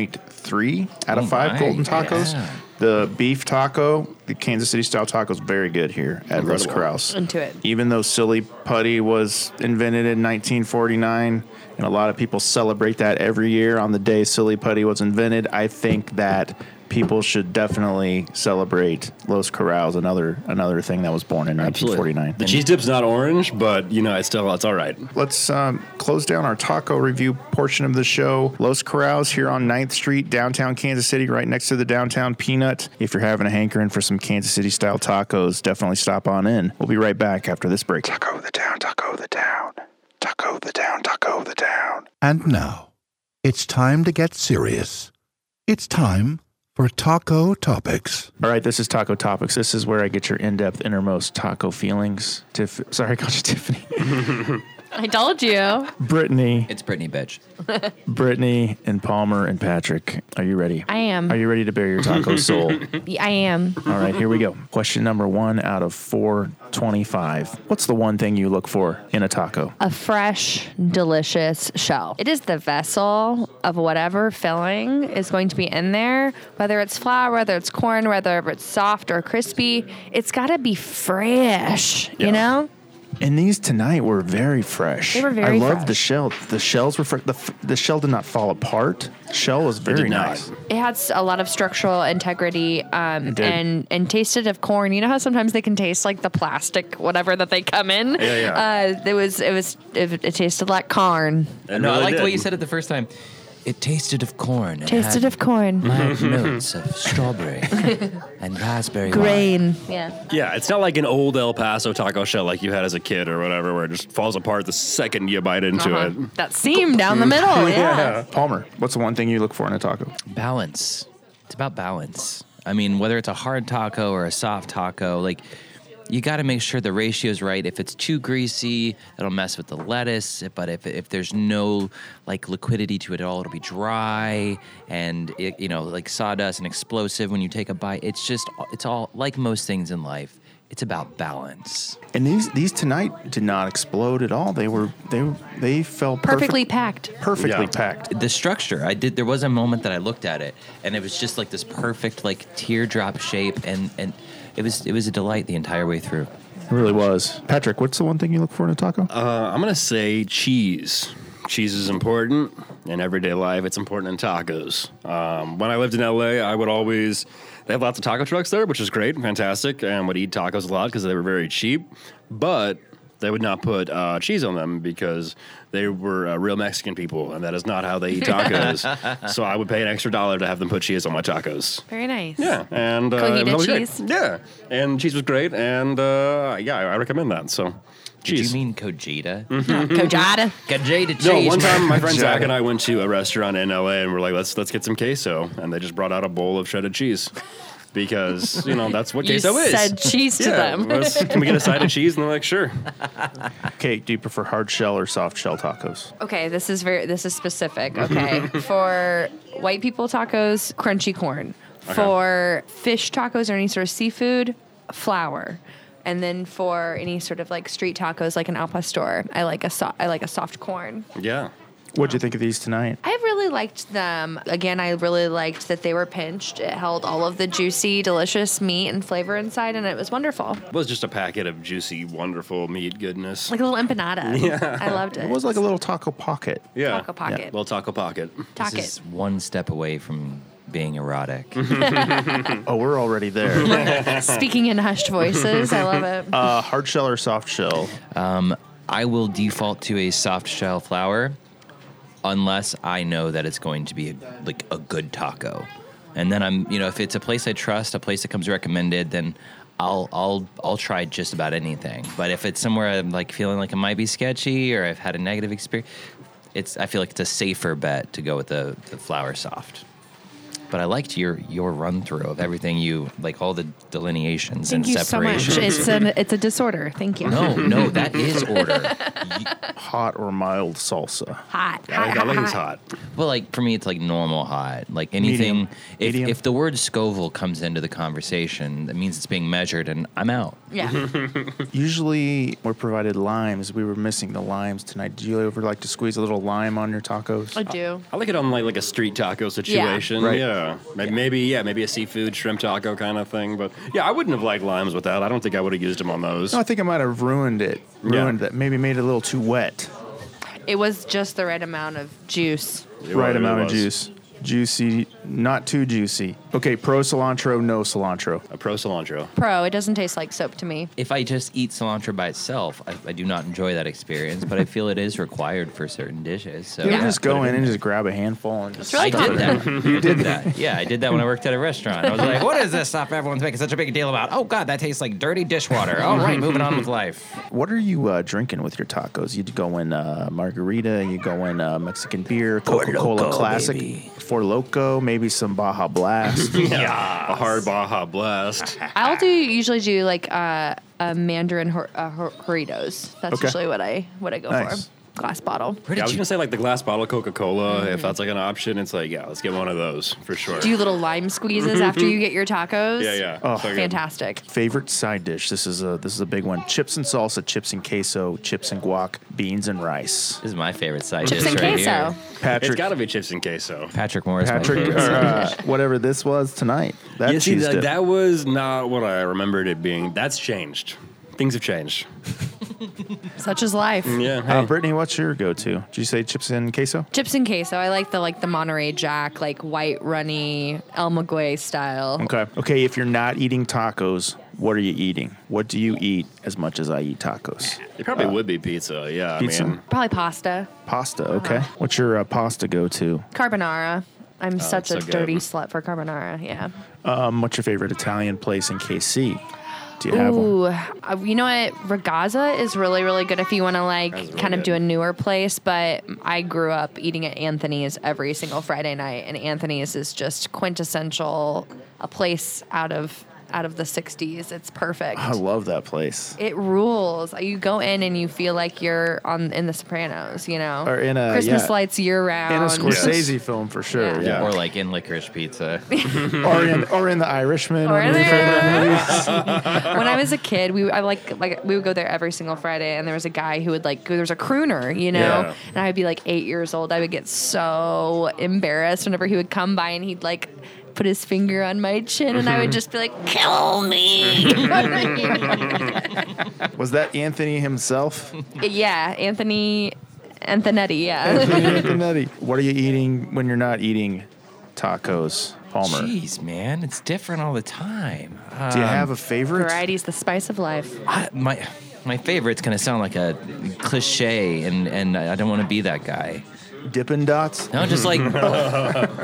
S1: 4.3 out of
S4: Oh
S1: five
S4: my,
S1: golden tacos.
S4: yeah.
S1: The beef taco, the Kansas City style taco is very good here at Los
S5: Incredible.
S1: Corrals.
S3: Into it.
S1: Even though silly putty was invented in 1949, and a lot of people celebrate that every year on the day silly putty was invented, I think that people should definitely celebrate Los Corrals, another another thing that was born in 1949.
S5: The cheese dip's not orange, but you know, it's still it's all right.
S1: Let's um, close down our taco review portion of the show. Los Corrals here on 9th Street, downtown Kansas City, right next to the downtown Peanut. If you're having a hankering for some Kansas City style tacos, definitely stop on in. We'll be right back after this break.
S13: Taco the town, taco the town, taco the town, taco the town.
S10: And now, it's time to get serious. It's time for
S14: for Taco Topics.
S1: All right, this is Taco Topics. This is where I get your in-depth, innermost taco feelings. Tiff, sorry, I called you Tiffany.
S3: I told you.
S1: Brittany,
S4: It's Brittany, bitch.
S1: Brittany, and Palmer and Patrick. Are you ready?
S3: I am.
S1: Are you ready to bare your taco soul?
S3: I am.
S1: All right, here we go. Question number one out of 425. What's the one thing you look for in a taco?
S3: a fresh, delicious shell. It is the vessel of whatever filling is going to be in there, whether it's flour, whether it's corn, whether it's soft or crispy. It's got to be fresh, you know?
S1: And these tonight were very fresh.
S3: They were very
S1: I love
S3: fresh.
S1: the shell. The shells were fr- the, f- the shell did not fall apart. Shell was very nice.
S3: It has a lot of structural integrity um,
S1: did.
S3: and, and tasted of corn. You know how sometimes they can taste like the plastic, whatever that they come in?
S5: Yeah, yeah.
S3: Uh, it was, it was, it, it tasted like corn.
S4: no, I liked what you said it the first time. It tasted of corn. and
S3: Tasted
S4: had
S3: of corn.
S4: mild notes of strawberry and raspberry. wine.
S3: Grain. Yeah.
S5: Yeah, it's not like an old El Paso taco shell like you had as a kid or whatever, where it just falls apart the second you bite into
S3: Uh-huh.
S5: it.
S3: That seam down the middle. yeah.
S1: Palmer, what's the one thing you look for in a taco?
S4: balance. It's about balance. I mean, whether it's a hard taco or a soft taco, like you got to make sure the ratio's right. If it's too greasy, it'll mess with the lettuce. But if if there's no like liquidity to it at all, it'll be dry and it, you know like sawdust and explosive when you take a bite. It's just it's all like most things in life. It's about balance.
S1: And these these tonight did not explode at all. They were they were- they fell perfect-
S3: Perfectly packed.
S1: perfectly
S5: Yeah.
S1: packed.
S4: the structure i did there was a moment that i looked at it and it was just like this perfect like teardrop shape and and it was it was a delight the entire way through
S1: It really was. Patrick, what's the one thing you look for in a taco?
S5: Uh, I'm gonna say cheese. Cheese is important in everyday life. It's important in tacos. Um, when I lived in LA, I would always they have lots of taco trucks there, which is great, fantastic, and would eat tacos a lot because they were very cheap. But they would not put uh, cheese on them because they were uh, real Mexican people, and that is not how they eat tacos. so I would pay an extra dollar to have them put cheese on my tacos.
S3: Very nice.
S5: Yeah, and uh,
S3: Cojita
S5: it was always
S3: cheese?
S5: Great. Yeah, and cheese was great, and uh, yeah, I I recommend that. So,
S4: did
S5: cheese.
S4: you mean kojita
S3: Cojada.
S4: kojita cheese
S5: Mm. No, one time my friend
S1: Jack.
S5: Zach and I went to a restaurant in LA and we're like, let's let's get some queso, and they just brought out a bowl of shredded cheese because you know that's what
S3: You
S5: queso is.
S3: said cheese to them.
S5: let's- Can we get a side of cheese? And they're like, sure.
S1: Okay, do you prefer hard shell or soft shell tacos?
S3: Okay, this is very this is specific. Okay. For white people tacos, crunchy corn. For fish tacos or any sort of seafood, flour. And then for any sort of like street tacos like an al pastor, I like a so- I like a soft corn.
S5: Yeah.
S1: What'd you think of these tonight?
S3: I really liked them. Again, I really liked that they were pinched. It held all of the juicy, delicious meat and flavor inside and it was wonderful.
S5: It was just a packet of juicy, wonderful meat goodness.
S3: Like a little empanada. Yeah. I loved it.
S1: It was like a little taco pocket.
S5: yeah.
S3: Taco pocket.
S5: Little taco pocket.
S3: Taco.
S4: this is one step away from being erotic
S1: Oh, we're already there.
S3: Speaking in hushed voices. I love it.
S1: uh, hard shell or soft shell?
S4: i will default to a soft shell flour unless i know that it's going to be like a good taco and then i'm you know if it's a place i trust a place that comes recommended then I'll I'll I'll try just about anything. But if it's somewhere I'm like feeling like it might be sketchy or I've had a negative experience, it's I feel like it's a safer bet to go with the, the flour soft. But I liked your your run through of everything you like all the delineations
S3: Thank
S4: and
S3: you so much.
S4: separations.
S3: It's an it's a disorder. Thank you.
S4: no, no, that is order. You-
S1: Hot or mild salsa?
S3: Hot.
S5: I like, I like it's hot.
S4: Well, like for me, it's like normal hot. Like anything,
S1: Medium.
S4: If,
S1: Medium.
S4: if the word Scoville comes into the conversation, that means it's being measured, and I'm out.
S3: Yeah.
S1: Usually we're provided limes. We were missing the limes tonight. Do you ever like to squeeze a little lime on your tacos?
S3: I do.
S5: I like it on like like a street taco situation. Yeah.
S1: Right.
S5: Maybe, maybe yeah, maybe a seafood shrimp taco kind of thing. But yeah, I wouldn't have liked limes with that. I don't think I would have used them on those.
S1: No, I think I might have ruined it.
S5: Yeah.
S1: Ruined that. Maybe made it a little too wet.
S3: It was just the right amount of juice.
S5: It
S1: right
S5: really
S1: amount of
S5: was.
S1: juice. Juicy, not too juicy. Okay, pro cilantro, no cilantro.
S5: A pro cilantro.
S3: Pro, it doesn't taste like soap to me.
S4: If I just eat cilantro by itself, I, I do not enjoy that experience. but I feel it is required for certain dishes. So
S1: You
S4: yeah.
S1: can just go in and just grab a handful and just
S4: I did that. I did that. Yeah, I did that when I worked at a restaurant. I was like, "What is this stuff everyone's making such a big deal about? Oh God, that tastes like dirty dishwater." All right, moving on with life.
S1: What are you uh, drinking with your tacos? You go in uh, margarita, you go in uh, Mexican beer, Coca Cola Classic. Four Loco, maybe some Baja Blast.
S5: A hard Baja blast.
S3: I'll do usually do like uh, a Mandarin hor- uh, hor- Doritos. That's
S5: Okay.
S3: usually what I what I go
S5: Nice.
S3: for. Glass bottle.
S5: Yeah, I was gonna say like the glass bottle Coca Cola. If that's like an option, it's like yeah, let's get one of those for sure.
S3: Do little lime squeezes after you get your tacos.
S5: Yeah, yeah.
S1: Oh. So good.
S3: Fantastic.
S1: Favorite side dish. This is a this is a big one. Chips and salsa, chips and queso, chips and guac, beans and rice. This
S4: is my favorite side
S5: Chips dish and right queso. here.
S1: Patrick,
S5: It's gotta be chips and queso.
S4: Patrick Morris.
S5: my
S1: Patrick, or,
S5: favorite side
S1: uh,
S5: dish.
S1: whatever this was tonight. That
S5: yeah, see,
S1: cheese
S5: that,
S1: dip.
S5: that was not what I remembered it being. That's changed. Things have changed.
S3: Such is life.
S5: Mm.
S1: Uh, Brittany, what's your go-to? Did you say chips and queso?
S3: Chips and queso. I like the like the Monterey Jack, like white runny El Maguey style.
S5: Mm.
S1: Okay. Okay. If you're not eating tacos, what are you eating? What do you eat as much as I eat tacos?
S5: It probably
S1: Uh,
S5: would be pizza. Yeah,
S1: pizza?
S5: I mean,
S3: Probably pasta,
S1: Pasta.
S3: Uh-huh.
S1: Okay. What's your uh, pasta go-to?
S3: carbonara. I'm such
S1: Oh, that's
S3: a
S1: so good.
S3: dirty slut for carbonara. Yeah.
S1: Um, what's your favorite Italian place in KC? Do you have one?
S3: Ooh, uh, you know what? Ragazza is really, really good if you want to like
S1: That's really
S3: kind of
S1: good.
S3: do a newer place. But I grew up eating at Anthony's every single Friday night, and Anthony's is just quintessential a place out of out of the '60s. It's perfect.
S1: I love that place.
S3: It rules. You go in and you feel like you're on in The Sopranos. You know,
S1: Or in a-
S3: Christmas
S1: yeah.
S3: lights year round.
S1: And a Scorsese film for sure. Yeah. Mm-hmm.
S4: Or like in licorice pizza.
S1: or in or in the Irishman.
S3: Or
S1: one of
S3: in
S1: your favorite movies.
S3: when I was a kid, we I like like we would go there every single Friday, and there was a guy who would like there was a crooner, you know,
S1: Yeah.
S3: and I would be like eight years old. I would get so embarrassed whenever he would come by and he'd like put his finger on my chin, and I
S4: Mm-hmm.
S3: would just be like, "Kill me."
S1: Was that Anthony himself?
S3: yeah, Anthony Antonetti.
S1: Anthony
S3: Yeah.
S1: Antonetti. What are you eating when you're not eating tacos, Palmer?
S4: Jeez, man, it's different all the time.
S1: Do you
S4: Um,
S1: have a favorite?
S3: Variety's the spice of life.
S4: I, my my favorite's gonna sound like a cliche, and and I don't want to be that guy.
S1: Dippin' dots.
S4: No, just like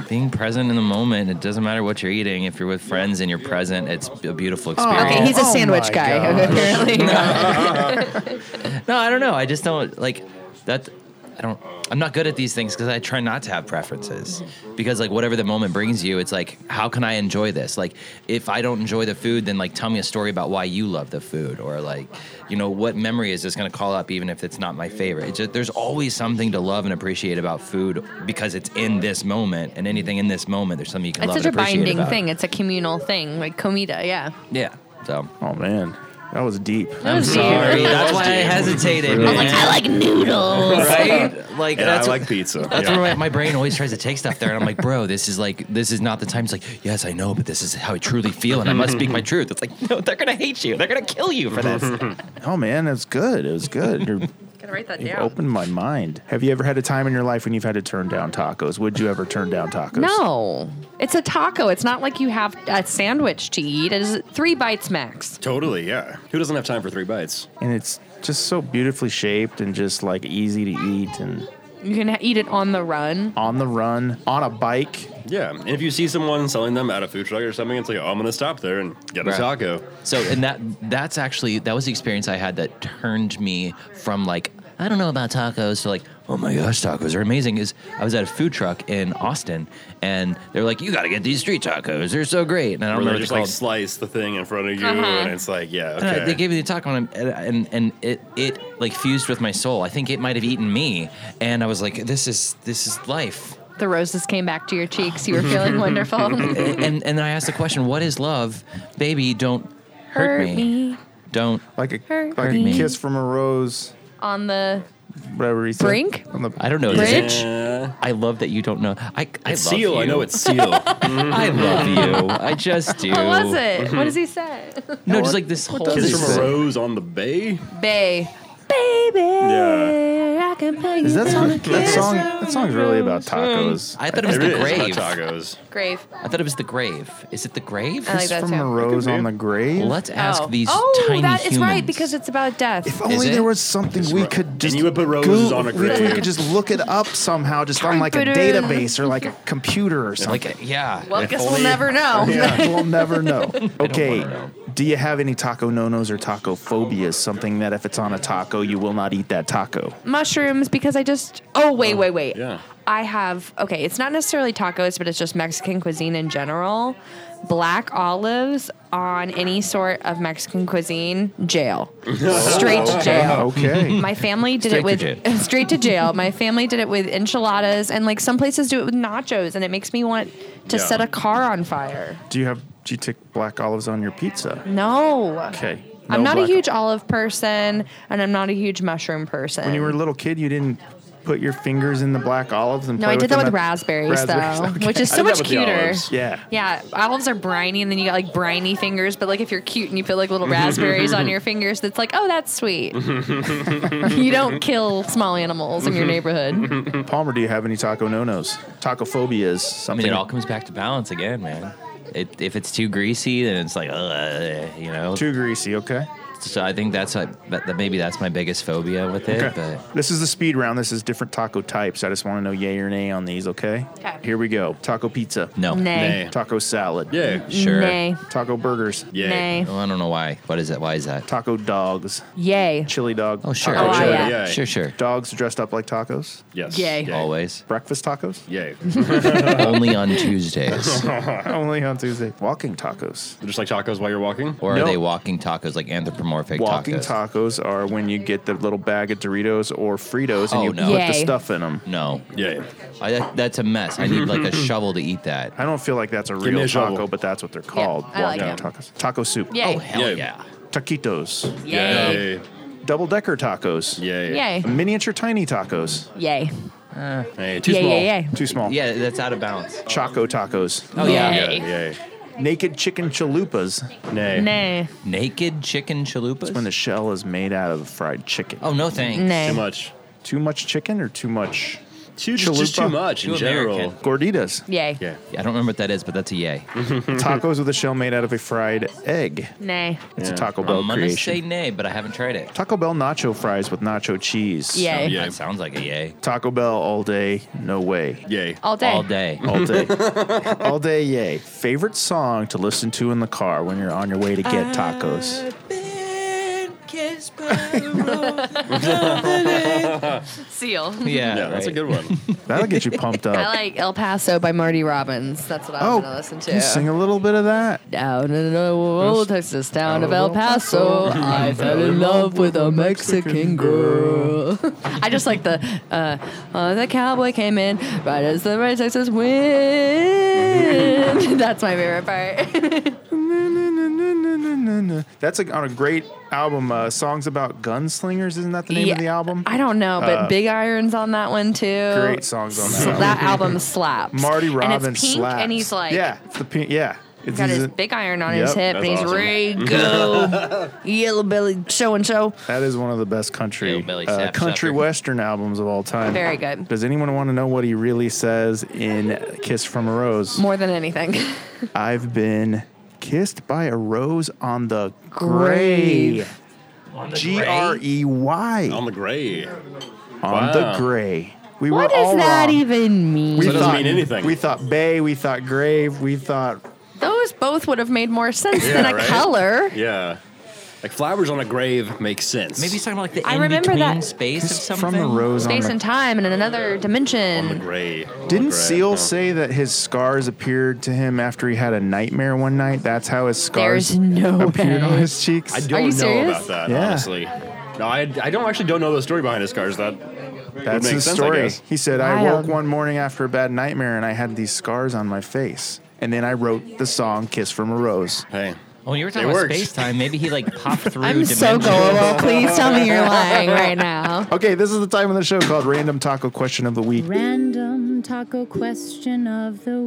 S4: being present in the moment. It doesn't matter what you're eating. If you're with friends and you're present, it's a beautiful experience.
S3: Okay, he's a sandwich guy. Apparently.
S4: No, I don't know. I just don't like that. I don't. I'm not good at these things because I try not to have preferences. Because like whatever the moment brings you, it's like how can I enjoy this? Like if I don't enjoy the food, then like tell me a story about why you love the food, or like you know what memory is this going to call up, even if it's not my favorite. It's just, there's always something to love and appreciate about food because it's in this moment, and anything in this moment, there's something you can
S3: It's
S4: love
S3: such a
S4: and appreciate
S3: binding
S4: about.
S3: thing. It's a communal thing, like comida. Yeah.
S4: Yeah. So.
S1: Oh man, that was deep.
S3: That was deep.
S4: Sorry, that's why I
S3: I
S4: hesitated.
S3: was like,
S4: man.
S3: I like noodles.
S4: right? Like
S5: Yeah,
S4: that's
S5: I
S4: what-
S5: like pizza.
S4: That's
S5: Yeah.
S4: where my, my brain always tries to take stuff there, and I'm like, bro, this is like, this is not the time. It's like, yes, I know, but this is how I truly feel, and I must speak my truth. It's like, no, they're gonna hate you. They're gonna kill you for this.
S1: Oh man, that's good. It was good. You're,
S3: Gotta write that
S1: you opened my mind. Have you ever had a time in your life when you've had to turn down tacos? Would you ever turn down tacos?
S3: No, it's a taco. It's not like you have a sandwich to eat. It is three bites max.
S5: Totally, yeah. Who doesn't have time for three bites?
S1: And it's just so beautifully shaped and just like easy to eat and
S3: You can ha- eat it on the run.
S1: on the run, on a bike.
S5: Yeah, and if you see someone selling them at a food truck or something, it's like, oh, I'm gonna stop there and get a
S4: Right.
S5: taco.
S4: So, and that that's actually that was the experience I had that turned me from like I don't know about tacos to like oh my gosh tacos are amazing. Is I was at a food truck in Austin and they were like you got to get these street tacos. They're so great. And I don't
S5: Where
S4: remember
S5: they just
S4: what
S5: like
S4: they're called.
S5: slice the thing in front of you,
S4: Uh-huh.
S5: and it's like, yeah,
S4: And I-
S5: okay.
S4: they gave me the taco and, I'm- and and it it like fused with my soul. I think it might have eaten me, and I was like, this is this is life.
S3: The roses came back to your cheeks. You were feeling wonderful.
S4: and, and and I asked the question, what is love, baby? Don't hurt, me. Don't
S1: like a
S3: Hurt
S1: like
S3: me.
S1: a kiss from a rose.
S3: on the
S1: Whatever he said.
S3: brink.
S1: On the-
S4: I don't know.
S3: Bridge?
S4: I love that you don't know. I, I
S5: It's
S4: love
S5: Seal,
S4: You.
S5: I know it's Seal.
S4: I love you. I just do.
S3: What was it? What does he say?
S4: No, just like this whole
S5: Kiss
S4: this
S5: from a
S4: thing.
S5: rose on the bay.
S3: Bay. Baby,
S5: Yeah.
S3: I can pay
S1: Is
S3: you
S1: that song?
S3: on a
S1: That
S3: kiss
S1: song?
S3: on
S1: That song's really about tacos.
S4: I thought it was
S5: It
S4: the
S5: is about
S4: grave.
S5: tacos.
S3: a grave.
S4: I thought it was the grave. Is it the grave?
S3: I like Kiss that
S1: From
S3: too.
S1: a rose on the grave.
S4: Let's ask
S3: Uh, oh,
S4: these
S3: oh,
S4: tiny
S3: that, it's
S4: humans.
S3: right because it's about death.
S1: If only
S4: it?
S1: there was something we could just
S5: you would put roses on a
S1: we- We
S5: grave.
S1: could just look it up somehow, just on like a
S3: Computer.
S1: database or like a computer or something.
S4: Like yeah.
S3: well,
S4: if
S3: guess
S4: only-
S3: we'll never know.
S1: we'll never know. Okay, Do you have any taco no-nos or taco phobias? Something that if it's on a taco, you will not eat that taco.
S3: Mm-hmm. mushrooms because I just oh wait wait wait
S1: yeah.
S3: I have okay it's not necessarily tacos but it's just Mexican cuisine in general black olives on any sort of Mexican cuisine jail straight to jail
S1: Okay.
S3: my family did
S1: Straight to
S3: it with straight to jail my family did it with enchiladas and like some places do it with nachos and it makes me want to
S1: Yeah.
S3: set a car on fire
S1: Do you have do you take black olives on your pizza?
S3: no
S1: Okay.
S3: I'm
S1: No
S3: not
S1: black-
S3: a huge olive person and I'm not a huge mushroom person
S1: When you were a little kid, you didn't put your fingers in the black olives and
S3: No,
S1: play
S3: I did that
S1: them
S3: with
S1: at-
S3: raspberries, though, which is
S1: I
S3: so
S1: did that
S3: much
S1: with the
S3: cuter.
S1: olives. Yeah.
S3: Yeah, olives are briny, and then you got like briny fingers. But like if you're cute and you put like little raspberries on your fingers, that's like, oh, that's sweet. you don't kill small animals in your neighborhood.
S1: Palmer, do you have any taco no-nos? Taco phobias?
S4: I mean,
S1: Something
S4: it all comes back to balance again, man. It, if it's too greasy, then it's like, uh, you know,
S1: too greasy. Okay.
S4: So I think that's like, that, that maybe that's my biggest phobia with it.
S1: Okay. This is the speed round. This is different taco types. I just want to know yay or nay on these, okay?
S3: Okay.
S1: Here we go. Taco pizza.
S4: No.
S3: Nay.
S4: Nay.
S1: Taco salad.
S4: Yeah. Sure.
S3: Nay.
S1: Taco burgers.
S3: Yay. Nay.
S4: Well, I don't know why. What is that? Why is that?
S1: Taco dogs.
S3: Yay.
S1: Chili dog.
S4: Oh, sure.
S1: Taco
S4: Oh,
S1: chili.
S4: yeah. Sure, sure.
S1: Dogs dressed up like tacos.
S5: Yes.
S3: Yay. Yay.
S4: Always.
S1: Breakfast tacos.
S5: Yay.
S4: Only on Tuesdays.
S1: Only on Tuesday. Walking tacos.
S5: Just like tacos while you're walking?
S4: Or are
S1: No.
S4: they walking tacos like anthropomorphic
S1: Walking
S4: tacos?
S1: tacos. are when you get the little bag of Doritos or Fritos and
S4: Oh,
S1: you
S4: no.
S1: put the
S4: Yay.
S1: stuff in them.
S4: no.
S5: Yeah.
S4: I, that, that's a mess. I need like a shovel to eat that.
S1: I don't feel like that's a
S4: me
S1: real
S4: a
S1: taco,
S4: shovel.
S1: but that's what they're called.
S3: I like
S1: walking
S3: it.
S1: tacos. Taco soup.
S3: Yay. Oh,
S4: hell yeah. Um,
S1: Taquitos.
S3: Yay.
S1: Double decker tacos.
S3: Yay.
S1: Miniature tiny tacos.
S3: Yay.
S5: Hey,
S3: too Yay, small. yay, yay.
S1: Too small.
S4: Yeah, that's out of bounds.
S1: Choco tacos.
S4: Oh, yeah. Yay.
S5: Yay.
S1: Naked chicken chalupas.
S5: Nay.
S3: Nay.
S4: Naked chicken chalupas?
S1: It's when the shell is made out of fried chicken.
S4: Oh, no thanks.
S3: Nay. Too
S5: much.
S1: Too much chicken or too much?
S5: Too, just, just too
S1: chalupa?
S5: much in
S4: Too
S5: general.
S4: American.
S1: Gorditas.
S3: Yay.
S5: Yeah.
S4: I don't remember what that is, but that's a yay.
S1: Tacos with a shell made out of a fried egg.
S3: Nay.
S1: It's
S4: Yeah.
S1: a Taco Bell
S4: I'm gonna
S1: creation.
S4: say nay, but I haven't tried it.
S1: Taco Bell nacho fries with nacho cheese.
S3: Yay. Yay.
S4: That sounds like a yay.
S1: Taco Bell all day, no way.
S5: Yay.
S3: All day.
S4: All day.
S1: All day. all day, yay. Favorite song to listen to in the car when you're on your way to get
S4: Uh,
S1: tacos?
S3: Seal.
S4: Yeah,
S5: Yeah, that's a
S4: right.
S5: good one.
S1: That'll get you pumped up.
S3: I like El Paso by Marty Robbins. That's what I'm
S1: oh,
S3: gonna listen
S1: can you
S3: to.
S1: sing a little bit of that?
S3: Down in the old Texas town of El Paso, I fell in love with a Mexican girl. I just like the uh, oh, the cowboy came in right as the red Texas wind. That's my favorite part.
S1: That's like on a great album. Uh, Songs about gunslingers, isn't that the name
S3: Yeah,
S1: of the album?
S3: I don't know, but
S1: Uh,
S3: Big Iron's on that one too.
S1: Great songs on that
S3: So
S1: album.
S3: that album slaps.
S1: Marty Robbins
S3: and it's pink,
S1: slaps.
S3: and he's like,
S1: yeah, it's the pink, yeah. It's,
S3: got
S1: he's
S3: his
S1: a-
S3: Big Iron on his
S1: Yep.
S3: hip, and
S1: That's
S3: he's
S1: awesome.
S3: ready to go. Yellow belly, show and show.
S1: That is one of the best country
S4: Hillbilly
S1: uh,
S4: Sap
S1: country
S4: Sucker.
S1: western albums of all time.
S3: Very good.
S1: Does anyone want to know what he really says in "Kiss from a Rose"?
S3: More than anything.
S1: I've been kissed by a rose on the grave.
S4: On the
S1: G R E Y.
S5: On the gray.
S1: On the gray. We
S3: what
S1: were all
S3: does that
S1: wrong.
S3: even mean?
S1: We
S5: So it doesn't
S1: thought-
S5: mean anything.
S1: We thought bay. We thought grave. We thought
S3: Those both would have made more sense than a
S5: right?
S3: color.
S5: Yeah. Like flowers on a grave makes sense.
S4: Maybe it's talking about like the
S3: I
S4: in
S3: remember
S4: between
S3: that-
S4: space of something.
S1: from a rose
S3: Space
S1: on
S3: and
S1: the.
S3: time and in another
S5: on the
S3: dimension.
S5: gray. on the
S1: Didn't
S5: gray,
S1: Seal
S5: no.
S1: say that his scars appeared to him after he had a nightmare one night? That's how his scars
S3: There's no
S1: appeared on
S3: way.
S1: his cheeks.
S5: I don't
S3: you
S5: know
S3: serious?
S5: about that,
S1: Yeah.
S5: honestly. No, I, I don't actually don't know the story behind his cars. That would
S1: That's
S5: make
S1: his
S5: sense, I
S1: story.
S5: guess.
S1: He said, I woke
S3: Wild.
S1: one morning after a bad nightmare and I had these scars on my face. And then I wrote the song Kiss from a Rose.
S5: Hey.
S4: Oh, you were
S5: It
S4: talking about
S5: works.
S4: space time. Maybe he like popped through.
S3: I'm so
S4: dimensions.
S3: gullible. Please tell me you're lying right now.
S1: Okay, this is the time of the show called Random Taco Question of the Week.
S15: Random taco question of the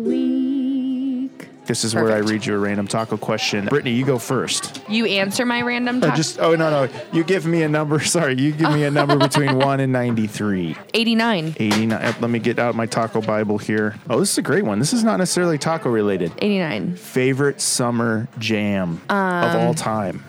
S15: week.
S1: This is where I read you a random taco question. Brittany, you go first.
S3: You answer my random
S1: Or
S3: talk.
S1: just, oh, no, no. You give me a number. Sorry, you give me a number between 1 and 93.
S3: 89.
S1: 89. Uh, Let me get out my taco Bible here. Oh, this is a great one. This is not necessarily taco related.
S3: 89.
S1: Favorite summer jam of all time?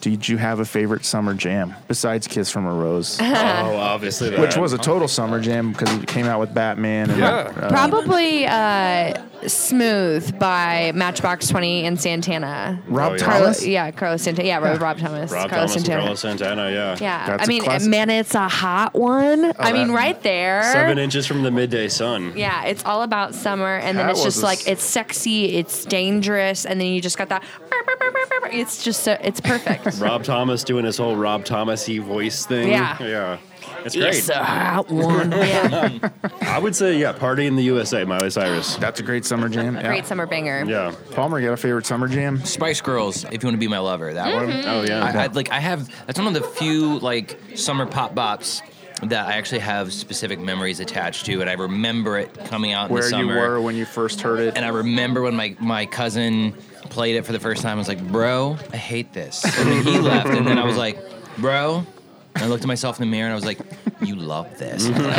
S1: Did you have a favorite summer jam besides Kiss from a Rose?
S5: Oh, obviously that.
S1: uh, Which was a total summer jam because it came out with Batman. And,
S5: Yeah.
S3: Probably uh, Smooth by Matchbox 20 and Santana.
S1: Oh,
S5: Rob
S3: Carlo-
S5: Thomas?
S3: yeah, Carlos Santana. Yeah, Rob, Rob Thomas.
S5: Rob
S3: Carlos
S5: Thomas and
S3: Santana.
S5: Carlos Santana, yeah.
S3: Yeah, I mean, man, it's a hot one. I mean,
S5: Oh, that-
S3: right there.
S5: Seven inches from the midday sun.
S3: Yeah, it's all about summer, and then
S5: That
S3: it's
S5: was
S3: just
S5: a
S3: like
S5: s-
S3: it's sexy, it's dangerous, and then you just got that. It's just so, it's perfect.
S5: Rob Thomas doing his whole Rob Thomas y voice thing.
S3: Yeah.
S5: Yeah. It's great.
S3: It's a hot one. Yeah.
S5: I would say, yeah, Party in the USA, Miley Cyrus.
S1: That's a great summer jam.
S3: Great summer banger.
S5: Yeah.
S1: Palmer, you got a favorite summer jam?
S4: Spice Girls, if you want to be my lover, that one.
S3: Mhm.
S5: Oh, yeah.
S1: Mm-hmm.
S4: I, I, like I have. That's one of the few like summer pop bops that I actually have specific memories attached to, and I remember it coming out in
S1: Where
S4: the
S1: you
S4: summer.
S1: were when you first heard it.
S4: And I remember when my, my cousin played it for the first time. I was like, bro, I hate this. And then he left. And then I was like, bro. And I looked at myself in the mirror and I was like, you love this. I was like,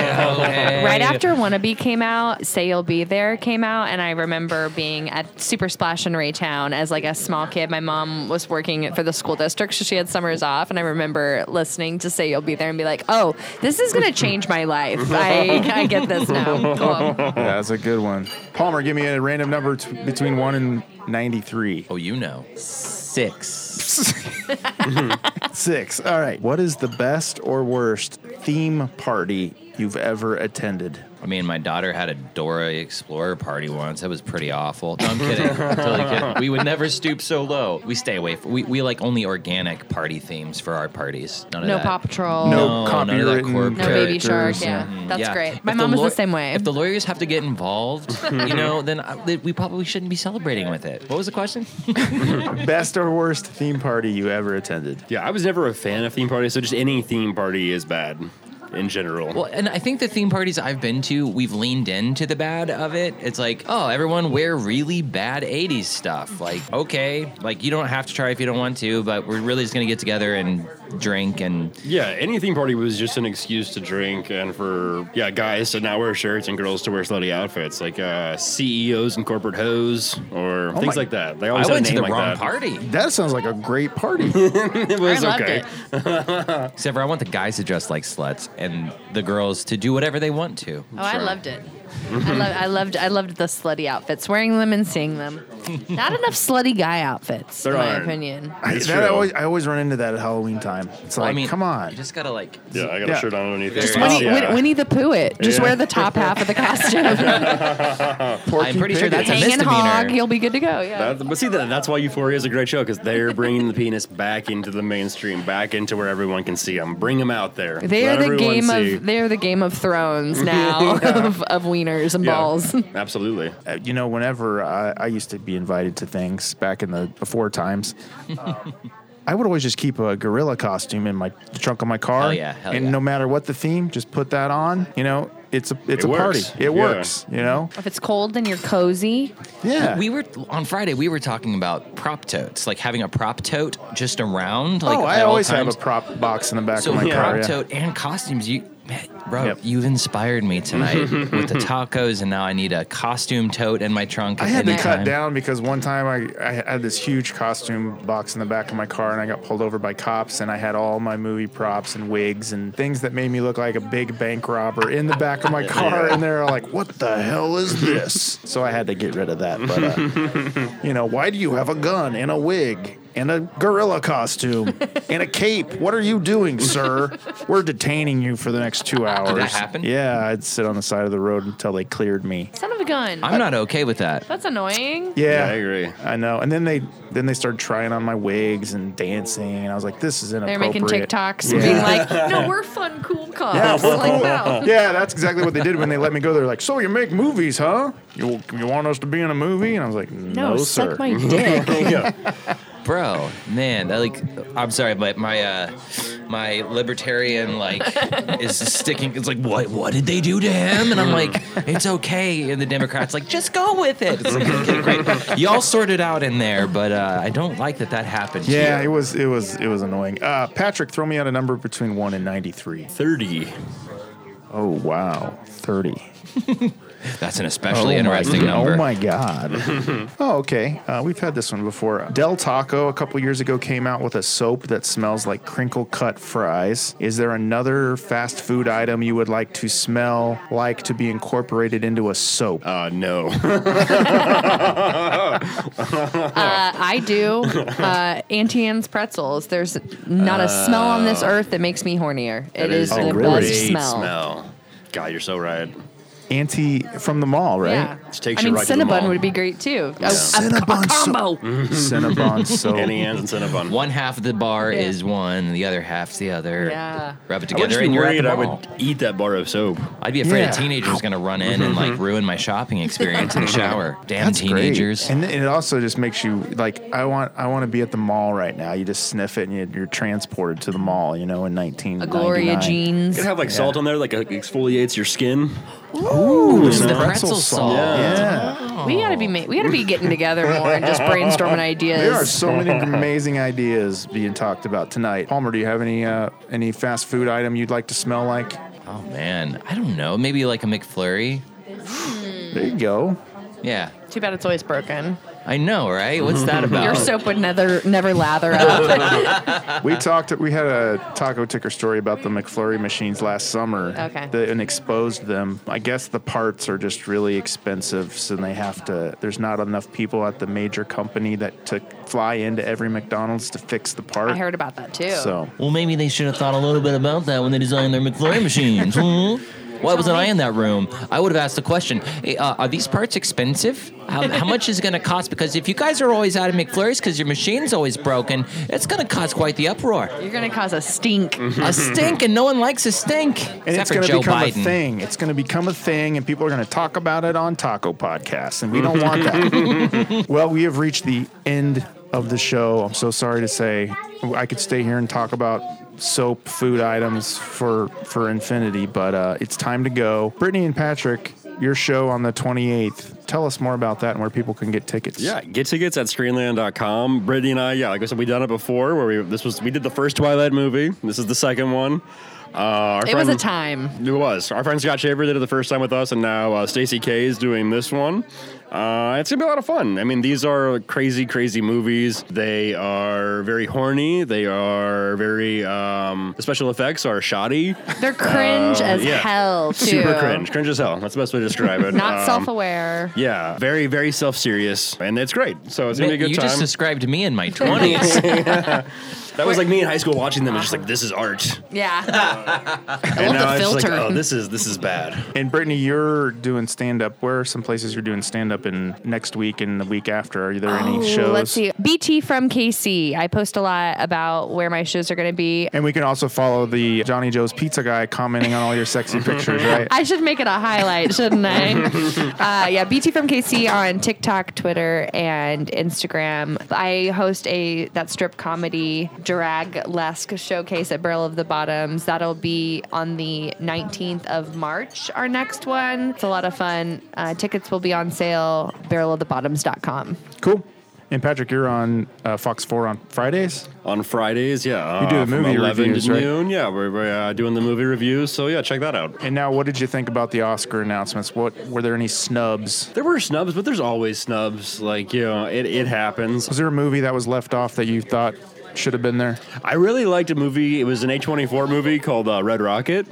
S4: "Okay."
S3: Right after Wannabe came out, Say You'll Be There came out, and I remember being at Super Splash in Raytown as like a small kid. My mom was working for the school district, so she had summers off, and I remember listening to Say You'll Be There and be like, "Oh, this is gonna change my life. I, I get this now." Cool.
S1: Yeah, that's a good one. Palmer, give me a random number t- between 1 and 93.
S4: Oh, you know. Six.
S1: Six. All right. What is the best or worst theme party you've ever attended?
S4: I mean, my daughter had a Dora Explorer party once. That was pretty awful. No, I'm kidding. I'm totally kidding. We would never stoop so low. We stay away. From, we, we like only organic party themes for our parties. None of
S3: No
S4: that.
S3: Paw Patrol.
S4: No,
S3: No
S4: Oh, none of that
S3: copywritten
S4: corporate.
S3: No Baby Shark, characters. yeah. That's great. My
S4: Mm. If
S3: mom was the
S4: law-
S3: same way.
S4: If the lawyers have to get involved, you know, then I, then we probably shouldn't be celebrating with it. What was the question?
S1: Best or worst theme party you ever attended?
S5: Yeah, I was never a fan of theme parties, so just any theme party is bad in general.
S4: Well, and I think the theme parties I've been to, we've leaned into the bad of it. It's like, oh, everyone wear really bad 80s stuff. Like, okay, like you don't have to try if you don't want to, but we're really just going to get together and drink and
S5: Yeah, any theme party was just an excuse to drink and for yeah guys to not wear shirts and girls to wear slutty outfits like uh, CEOs and corporate hoes or
S1: Oh
S5: things
S1: my-
S5: like that. They always had a name like that.
S1: That sounds like a great party.
S5: it was
S4: I loved
S5: okay.
S4: it. Except for I want the guys to dress like sluts and the girls to do whatever they want to.
S3: Oh, I loved it. I, lo- I loved I loved the slutty outfits, wearing them and seeing them. Not enough slutty guy outfits,
S1: There
S3: in my
S1: aren't.
S3: opinion.
S1: I,
S5: It's
S1: that I
S5: true.
S1: always, I always run into that at Halloween time. It's like,
S4: I mean,
S1: come on.
S4: You just gotta like.
S5: Yeah, I got
S1: Yeah.
S5: a shirt on underneath.
S1: Just
S5: it.
S1: Winnie-
S5: Yeah.
S1: Winnie-
S3: Winnie the Pooh it. Just
S5: Yeah.
S3: wear the top half of the costume.
S4: I'm pretty sure that's a
S3: Hanging
S4: misdemeanor.
S3: hog, you'll be good to go. Yeah.
S5: That- but see, that, that's why Euphoria is a great show because they're bringing the penis back into the mainstream, back into where everyone can see them. Bring them out there.
S3: they are
S5: Let
S3: the
S5: everyone
S3: game
S5: see.
S3: of they are the Game of Thrones now
S5: Yeah.
S3: of, of wieners and
S1: Yeah.
S3: balls.
S5: Absolutely.
S1: Uh, you know, whenever I, I used to be invited to things back in the before times, I would always just keep a gorilla costume in my the trunk of my car.
S4: Hell yeah, hell
S1: and
S4: yeah.
S1: no matter what the theme, just put that on. You know, it's a it's
S5: It
S1: a
S5: works.
S1: party.
S5: Yeah.
S1: It works. You know,
S3: If it's cold, then you're cozy.
S1: Yeah.
S4: We were on Friday. We were talking about prop totes, like having a prop tote just around. Like,
S1: oh, I
S4: at all
S1: always have a
S4: times.
S1: prop box in the back
S4: So
S1: of my car.
S4: prop
S1: yeah.
S4: tote and costumes. You, man, bro, you've inspired me tonight with the tacos, and now I need a costume tote in my trunk.
S1: I
S4: at
S1: had
S4: any
S1: to cut
S4: time.
S1: down because one time I, I had this huge costume box in the back of my car and I got pulled over by cops and I had all my movie props and wigs and things that made me look like a big bank robber in the back of my car and they're like, "What the hell is this?" So I had to get rid of that. But uh, you know, why do you have a gun and a wig? And a gorilla costume and a cape. What are you doing, sir? We're detaining you for the next two hours.
S4: happen?
S1: Yeah, I'd sit on the side of the road until they cleared me.
S3: Son of a gun.
S4: I'm not okay with that.
S3: That's annoying.
S1: Yeah,
S5: I agree.
S1: I know. And then they then they started trying on my wigs and dancing, and I was like, this is
S3: They're
S1: inappropriate.
S3: making TikToks
S1: Yeah.
S3: and being like, "No, we're fun, cool cops."
S1: yeah, we're
S3: Like,
S1: cool.
S3: no.
S1: yeah, that's exactly what they did when they let me go. They're like, so you make movies, huh? You you want us to be in a movie? And I was like, no,
S3: suck
S1: sir.
S3: my dick.
S5: yeah.
S4: bro man I like i'm sorry but my uh my libertarian like is sticking it's like what what did they do to him and i'm
S3: Mm.
S4: like it's okay and the democrats like just go with it it's like, okay, great. y'all sorted out in there but uh i don't like that that happened to
S1: Yeah, it
S4: you.
S1: was it was it was annoying. Uh, Patrick, throw me out a number between one and ninety three.
S5: Thirty.
S1: Oh wow, thirty.
S4: That's an especially
S1: Oh my
S4: interesting
S1: g-
S4: number.
S1: Oh my god. oh okay. Uh, we've had this one before. Del Taco a couple years ago came out with a soap that smells like crinkle cut fries. Is there another fast food item you would like to smell like to be incorporated into a soap?
S5: Uh no.
S3: Uh, I do. Uh, Auntie Anne's pretzels. There's not a smell on this earth that makes me hornier. It is,
S5: a
S3: the
S5: great
S3: best smell.
S5: God, you're so right.
S1: Anti from the mall, right?
S3: Yeah.
S5: Just takes
S3: I
S5: you
S3: mean,
S5: right to the
S3: Cinnabon
S5: mall.
S3: would be great too. A-
S5: Yeah.
S3: A,
S5: Cinnabon
S3: a combo.
S1: Cinnabon soap.
S5: Any hands and Cinnabon.
S4: One half of the bar
S3: Yeah.
S4: is one, the other half's the other.
S3: Yeah.
S4: Rub it
S5: I would
S4: together
S5: just be
S4: and you're at
S5: worried
S4: the
S5: I
S4: mall.
S5: would eat that bar of soap.
S4: I'd be afraid
S1: Yeah.
S4: a teenager's gonna run in and like ruin my shopping experience in the shower. Damn
S1: That's great.
S4: teenagers!
S1: And, th- and it also just makes you like I want I want to be at the mall right now. You just sniff it and you- you're transported to the mall. You know, in nineteen.
S3: A Gloria
S5: It
S3: jeans.
S5: have like salt on there, like exfoliates your skin.
S1: Ooh,
S4: the
S1: pretzel
S4: pretzel
S1: salt.
S4: salt.
S1: Yeah.
S3: We gotta be ma- we gotta be getting together more and just brainstorming ideas.
S1: There are so many amazing ideas being talked about tonight. Palmer, do you have any uh, any fast food item you'd like to smell like?
S4: Oh man, I don't know. Maybe like a McFlurry.
S1: There you go.
S4: Yeah,
S3: Too bad it's always broken.
S4: I know, right? What's that about?
S3: Your soap would never never lather up. Uh-huh.
S1: We talked. We had a taco ticker story about the McFlurry machines last summer.
S3: Okay.
S1: that- and exposed them. I guess the parts are just really expensive, so they have to. There's not enough people at the major company that to fly into every McDonald's to fix the part.
S3: I heard about that too.
S1: So
S4: Well, maybe they should have thought a little bit about that when they designed their McFlurry machines. hmm? Why wasn't I in that room? I would have asked the question: hey, uh, Are these parts expensive? How, how much is it going to cost? Because if you guys are always out of McFlurries because your machine's always broken, it's going to cause quite the uproar.
S3: You're gonna cause a stink.
S5: Mm-hmm.
S4: A stink, and no one likes a stink.
S1: And
S4: Except
S1: it's
S4: for
S1: going to
S4: Joe
S1: become
S4: Biden.
S1: a thing. It's going to become a thing, and people are going to talk about it on taco podcasts, and we don't want that. well, we have reached the end of the show. I'm so sorry to say, I could stay here and talk about soap, food items for for infinity, but uh, it's time to go. Brittany and Patrick, your show on the 28th. Tell us more about that and where people can get tickets.
S5: Yeah, get tickets at screenland.com. Brittany and I, yeah, like I said, we done it before where we this was we did the first Twilight movie. This is the second one. Uh, our
S3: It was a
S5: friend-
S3: time.
S5: It was. Our friend Scott Shaver did it the first time with us, and now uh, Stacy K is doing this one. Uh, it's gonna be a lot of fun. I mean, these are crazy, crazy movies. They are very horny. They are very. Um, the special effects are shoddy.
S3: They're cringe
S5: Uh,
S3: as
S5: yeah.
S3: hell too.
S5: Super cringe, cringe as hell. That's the best way to describe it.
S3: Not
S5: Um,
S3: self-aware.
S5: Yeah, very, very self-serious, and it's great. So it's gonna be a good
S4: You
S5: time.
S4: just described me in my twenties.
S5: That was like me in high school watching them and just like this is art.
S3: Yeah.
S5: And
S3: love the
S5: it's just like
S3: filter.
S5: oh this is this is bad.
S1: And Brittany, you're doing stand up. Where are some places you're doing stand up in next week and the week after? Are there
S3: Ooh,
S1: any shows?
S3: Oh, Let's see. BT from KC. I post a lot about where my shows are going to be.
S1: And we can also follow the Johnny Joe's Pizza guy commenting on all your sexy pictures, right?
S3: I should make it a highlight, shouldn't I? uh, yeah, BT from KC on TikTok, Twitter, and Instagram. I host a that strip comedy drag-lesque showcase at Barrel of the Bottoms. That'll be on the 19th of March, our next one. It's a lot of fun. Uh, tickets will be on sale, barrelofthebottoms.com.
S1: Cool. And Patrick, you're on uh, Fox 4 on Fridays.
S5: On Fridays, yeah,
S1: You do
S5: uh,
S1: the
S5: from
S1: movie
S5: eleven
S1: reviews,
S5: to
S1: right?
S5: noon. Yeah, we're, we're uh, doing the movie reviews. So yeah, check that out.
S1: And now, what did you think about the Oscar announcements? What were there any snubs?
S5: There were snubs, but there's always snubs. Like you know, it it happens.
S1: Was there a movie that was left off that you thought should have been there?
S5: I really liked a movie. It was an A24 movie called uh, Red Rocket.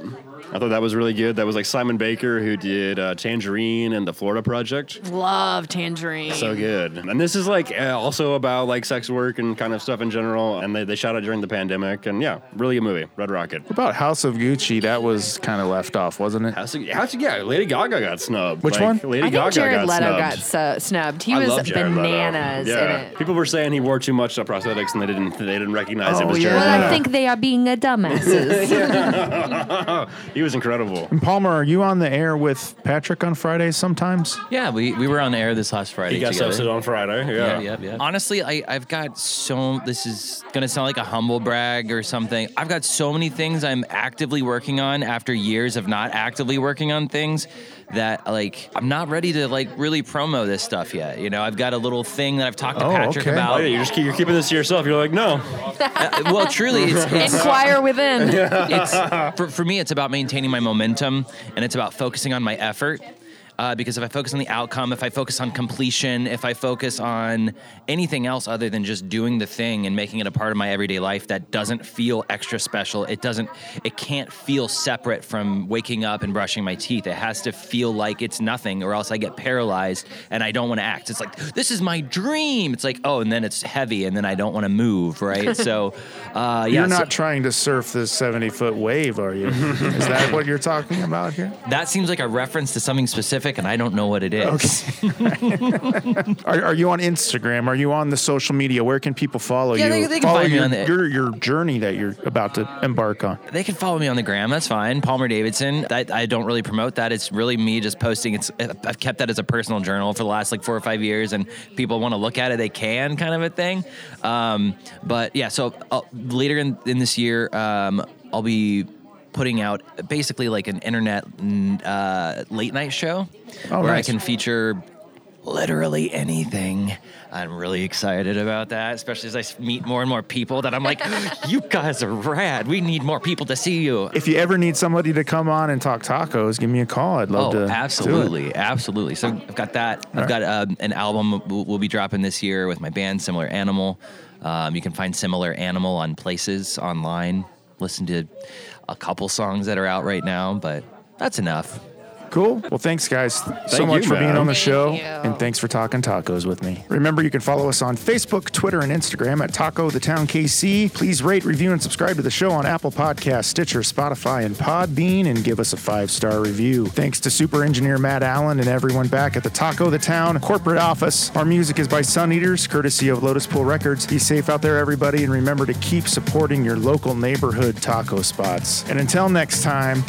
S5: I thought that was really good. That was like Simon Baker who did uh, Tangerine and The Florida Project.
S11: Love tangerine.
S5: So good. And this is like uh, also about like sex work and kind of stuff in general. And they, they shot it during the pandemic. And yeah, really good movie. Red Rocket.
S1: About House of Gucci, that was kind of left off, wasn't it?
S5: How's it, how's it, yeah, Lady Gaga got snubbed.
S1: Which
S5: Like,
S1: one?
S5: Lady
S3: I
S5: Gaga
S3: think Jared
S5: got
S3: Leto
S5: snubbed.
S3: got so snubbed. He
S5: I
S3: was
S5: love Jared Leto.
S3: bananas
S5: Yeah.
S3: in it.
S5: People were saying he wore too much uh, prosthetics and they didn't they didn't recognize
S3: Oh,
S5: it was Jared
S3: Well, I
S5: Leto.
S3: think they are being a dumbasses.
S5: he was incredible.
S1: And Palmer, are you on the air with Patrick on Fridays sometimes?
S4: yeah, we, we were on the air this last Friday
S5: He got
S4: together.
S5: hosted on Friday.
S4: Yeah,
S5: Yeah.
S4: yeah, yeah. Honestly, I, I've got so. This is gonna sound like a humble brag or something. I've got so many things I'm actively working on after years of not actively working on things that like I'm not ready to like really promo this stuff yet. You know, I've got a little thing that I've talked to
S5: Oh,
S4: Patrick
S5: okay.
S4: about.
S5: Oh, yeah, you're just keep- you're keeping this to yourself. You're like, no.
S4: Uh, well, truly, it's, it's
S3: Inquire within.
S4: it's, for, for me, it's about maintaining my momentum and it's about focusing on my effort. Uh, because if I focus on the outcome, if I focus on completion, if I focus on anything else other than just doing the thing and making it a part of my everyday life, that doesn't feel extra special. It doesn't, it can't feel separate from waking up and brushing my teeth. It has to feel like it's nothing or else I get paralyzed and I don't want to act. It's like, this is my dream. It's like, oh, and then it's heavy and then I don't want to move, right? So, uh, yeah.
S1: you're
S4: so-
S1: not trying to surf this 70 foot wave, are you? Is that what you're talking about here?
S4: That seems like a reference to something specific, and I don't know what it is.
S1: Are, are you on Instagram? Are you on the social media? Where can people follow
S4: Yeah,
S1: you?
S4: they- they can
S1: follow
S4: find me
S1: your,
S4: on the-
S1: your your journey that you're about to embark on.
S4: They can follow me on the gram. That's fine. Palmer Davidson. I, I don't really promote that. It's really me just posting. It's I've kept that as a personal journal for the last like four or five years, and people want to look at it, they can, kind of a thing. Um, but yeah, so uh, later in, in this year, um, I'll be putting out basically like an internet mm, uh, late night show
S1: Oh,
S4: where
S1: nice.
S4: I can feature literally anything. I'm really excited about that, especially as I s- meet more and more people that I'm like, you guys are rad. We need more people to see you.
S1: If you ever need somebody to come on and talk tacos, give me a call. I'd love
S4: Oh,
S1: to. do it.
S4: absolutely, absolutely. So I've got that. I've got um, an album w- we'll be dropping this year with my band, Similar Animal. Um, you can find Similar Animal on places online. Listen to a couple songs that are out right now, but that's enough.
S1: Cool. Well, thanks, guys, so
S4: you,
S1: much for being
S4: man.
S1: on the
S4: Thank
S1: show.
S4: you.
S1: And thanks for talking tacos with me. Remember, you can follow us on Facebook, Twitter, and Instagram at Taco the Town KC. Please rate, review, and subscribe to the show on Apple Podcasts, Stitcher, Spotify, and Podbean, and give us a five star review. Thanks to super engineer Matt Allen and everyone back at the Taco the Town corporate office. Our music is by Sun Eaters, courtesy of Lotus Pool Records. Be safe out there, everybody, and remember to keep supporting your local neighborhood taco spots. And until next time,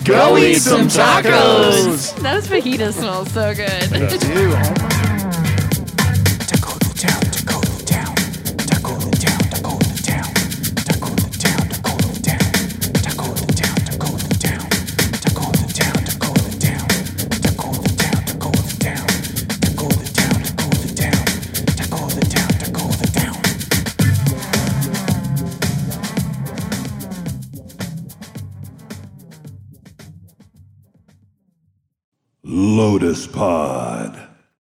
S3: Those fajitas smell so good.
S1: They do.
S14: Lotus Pod.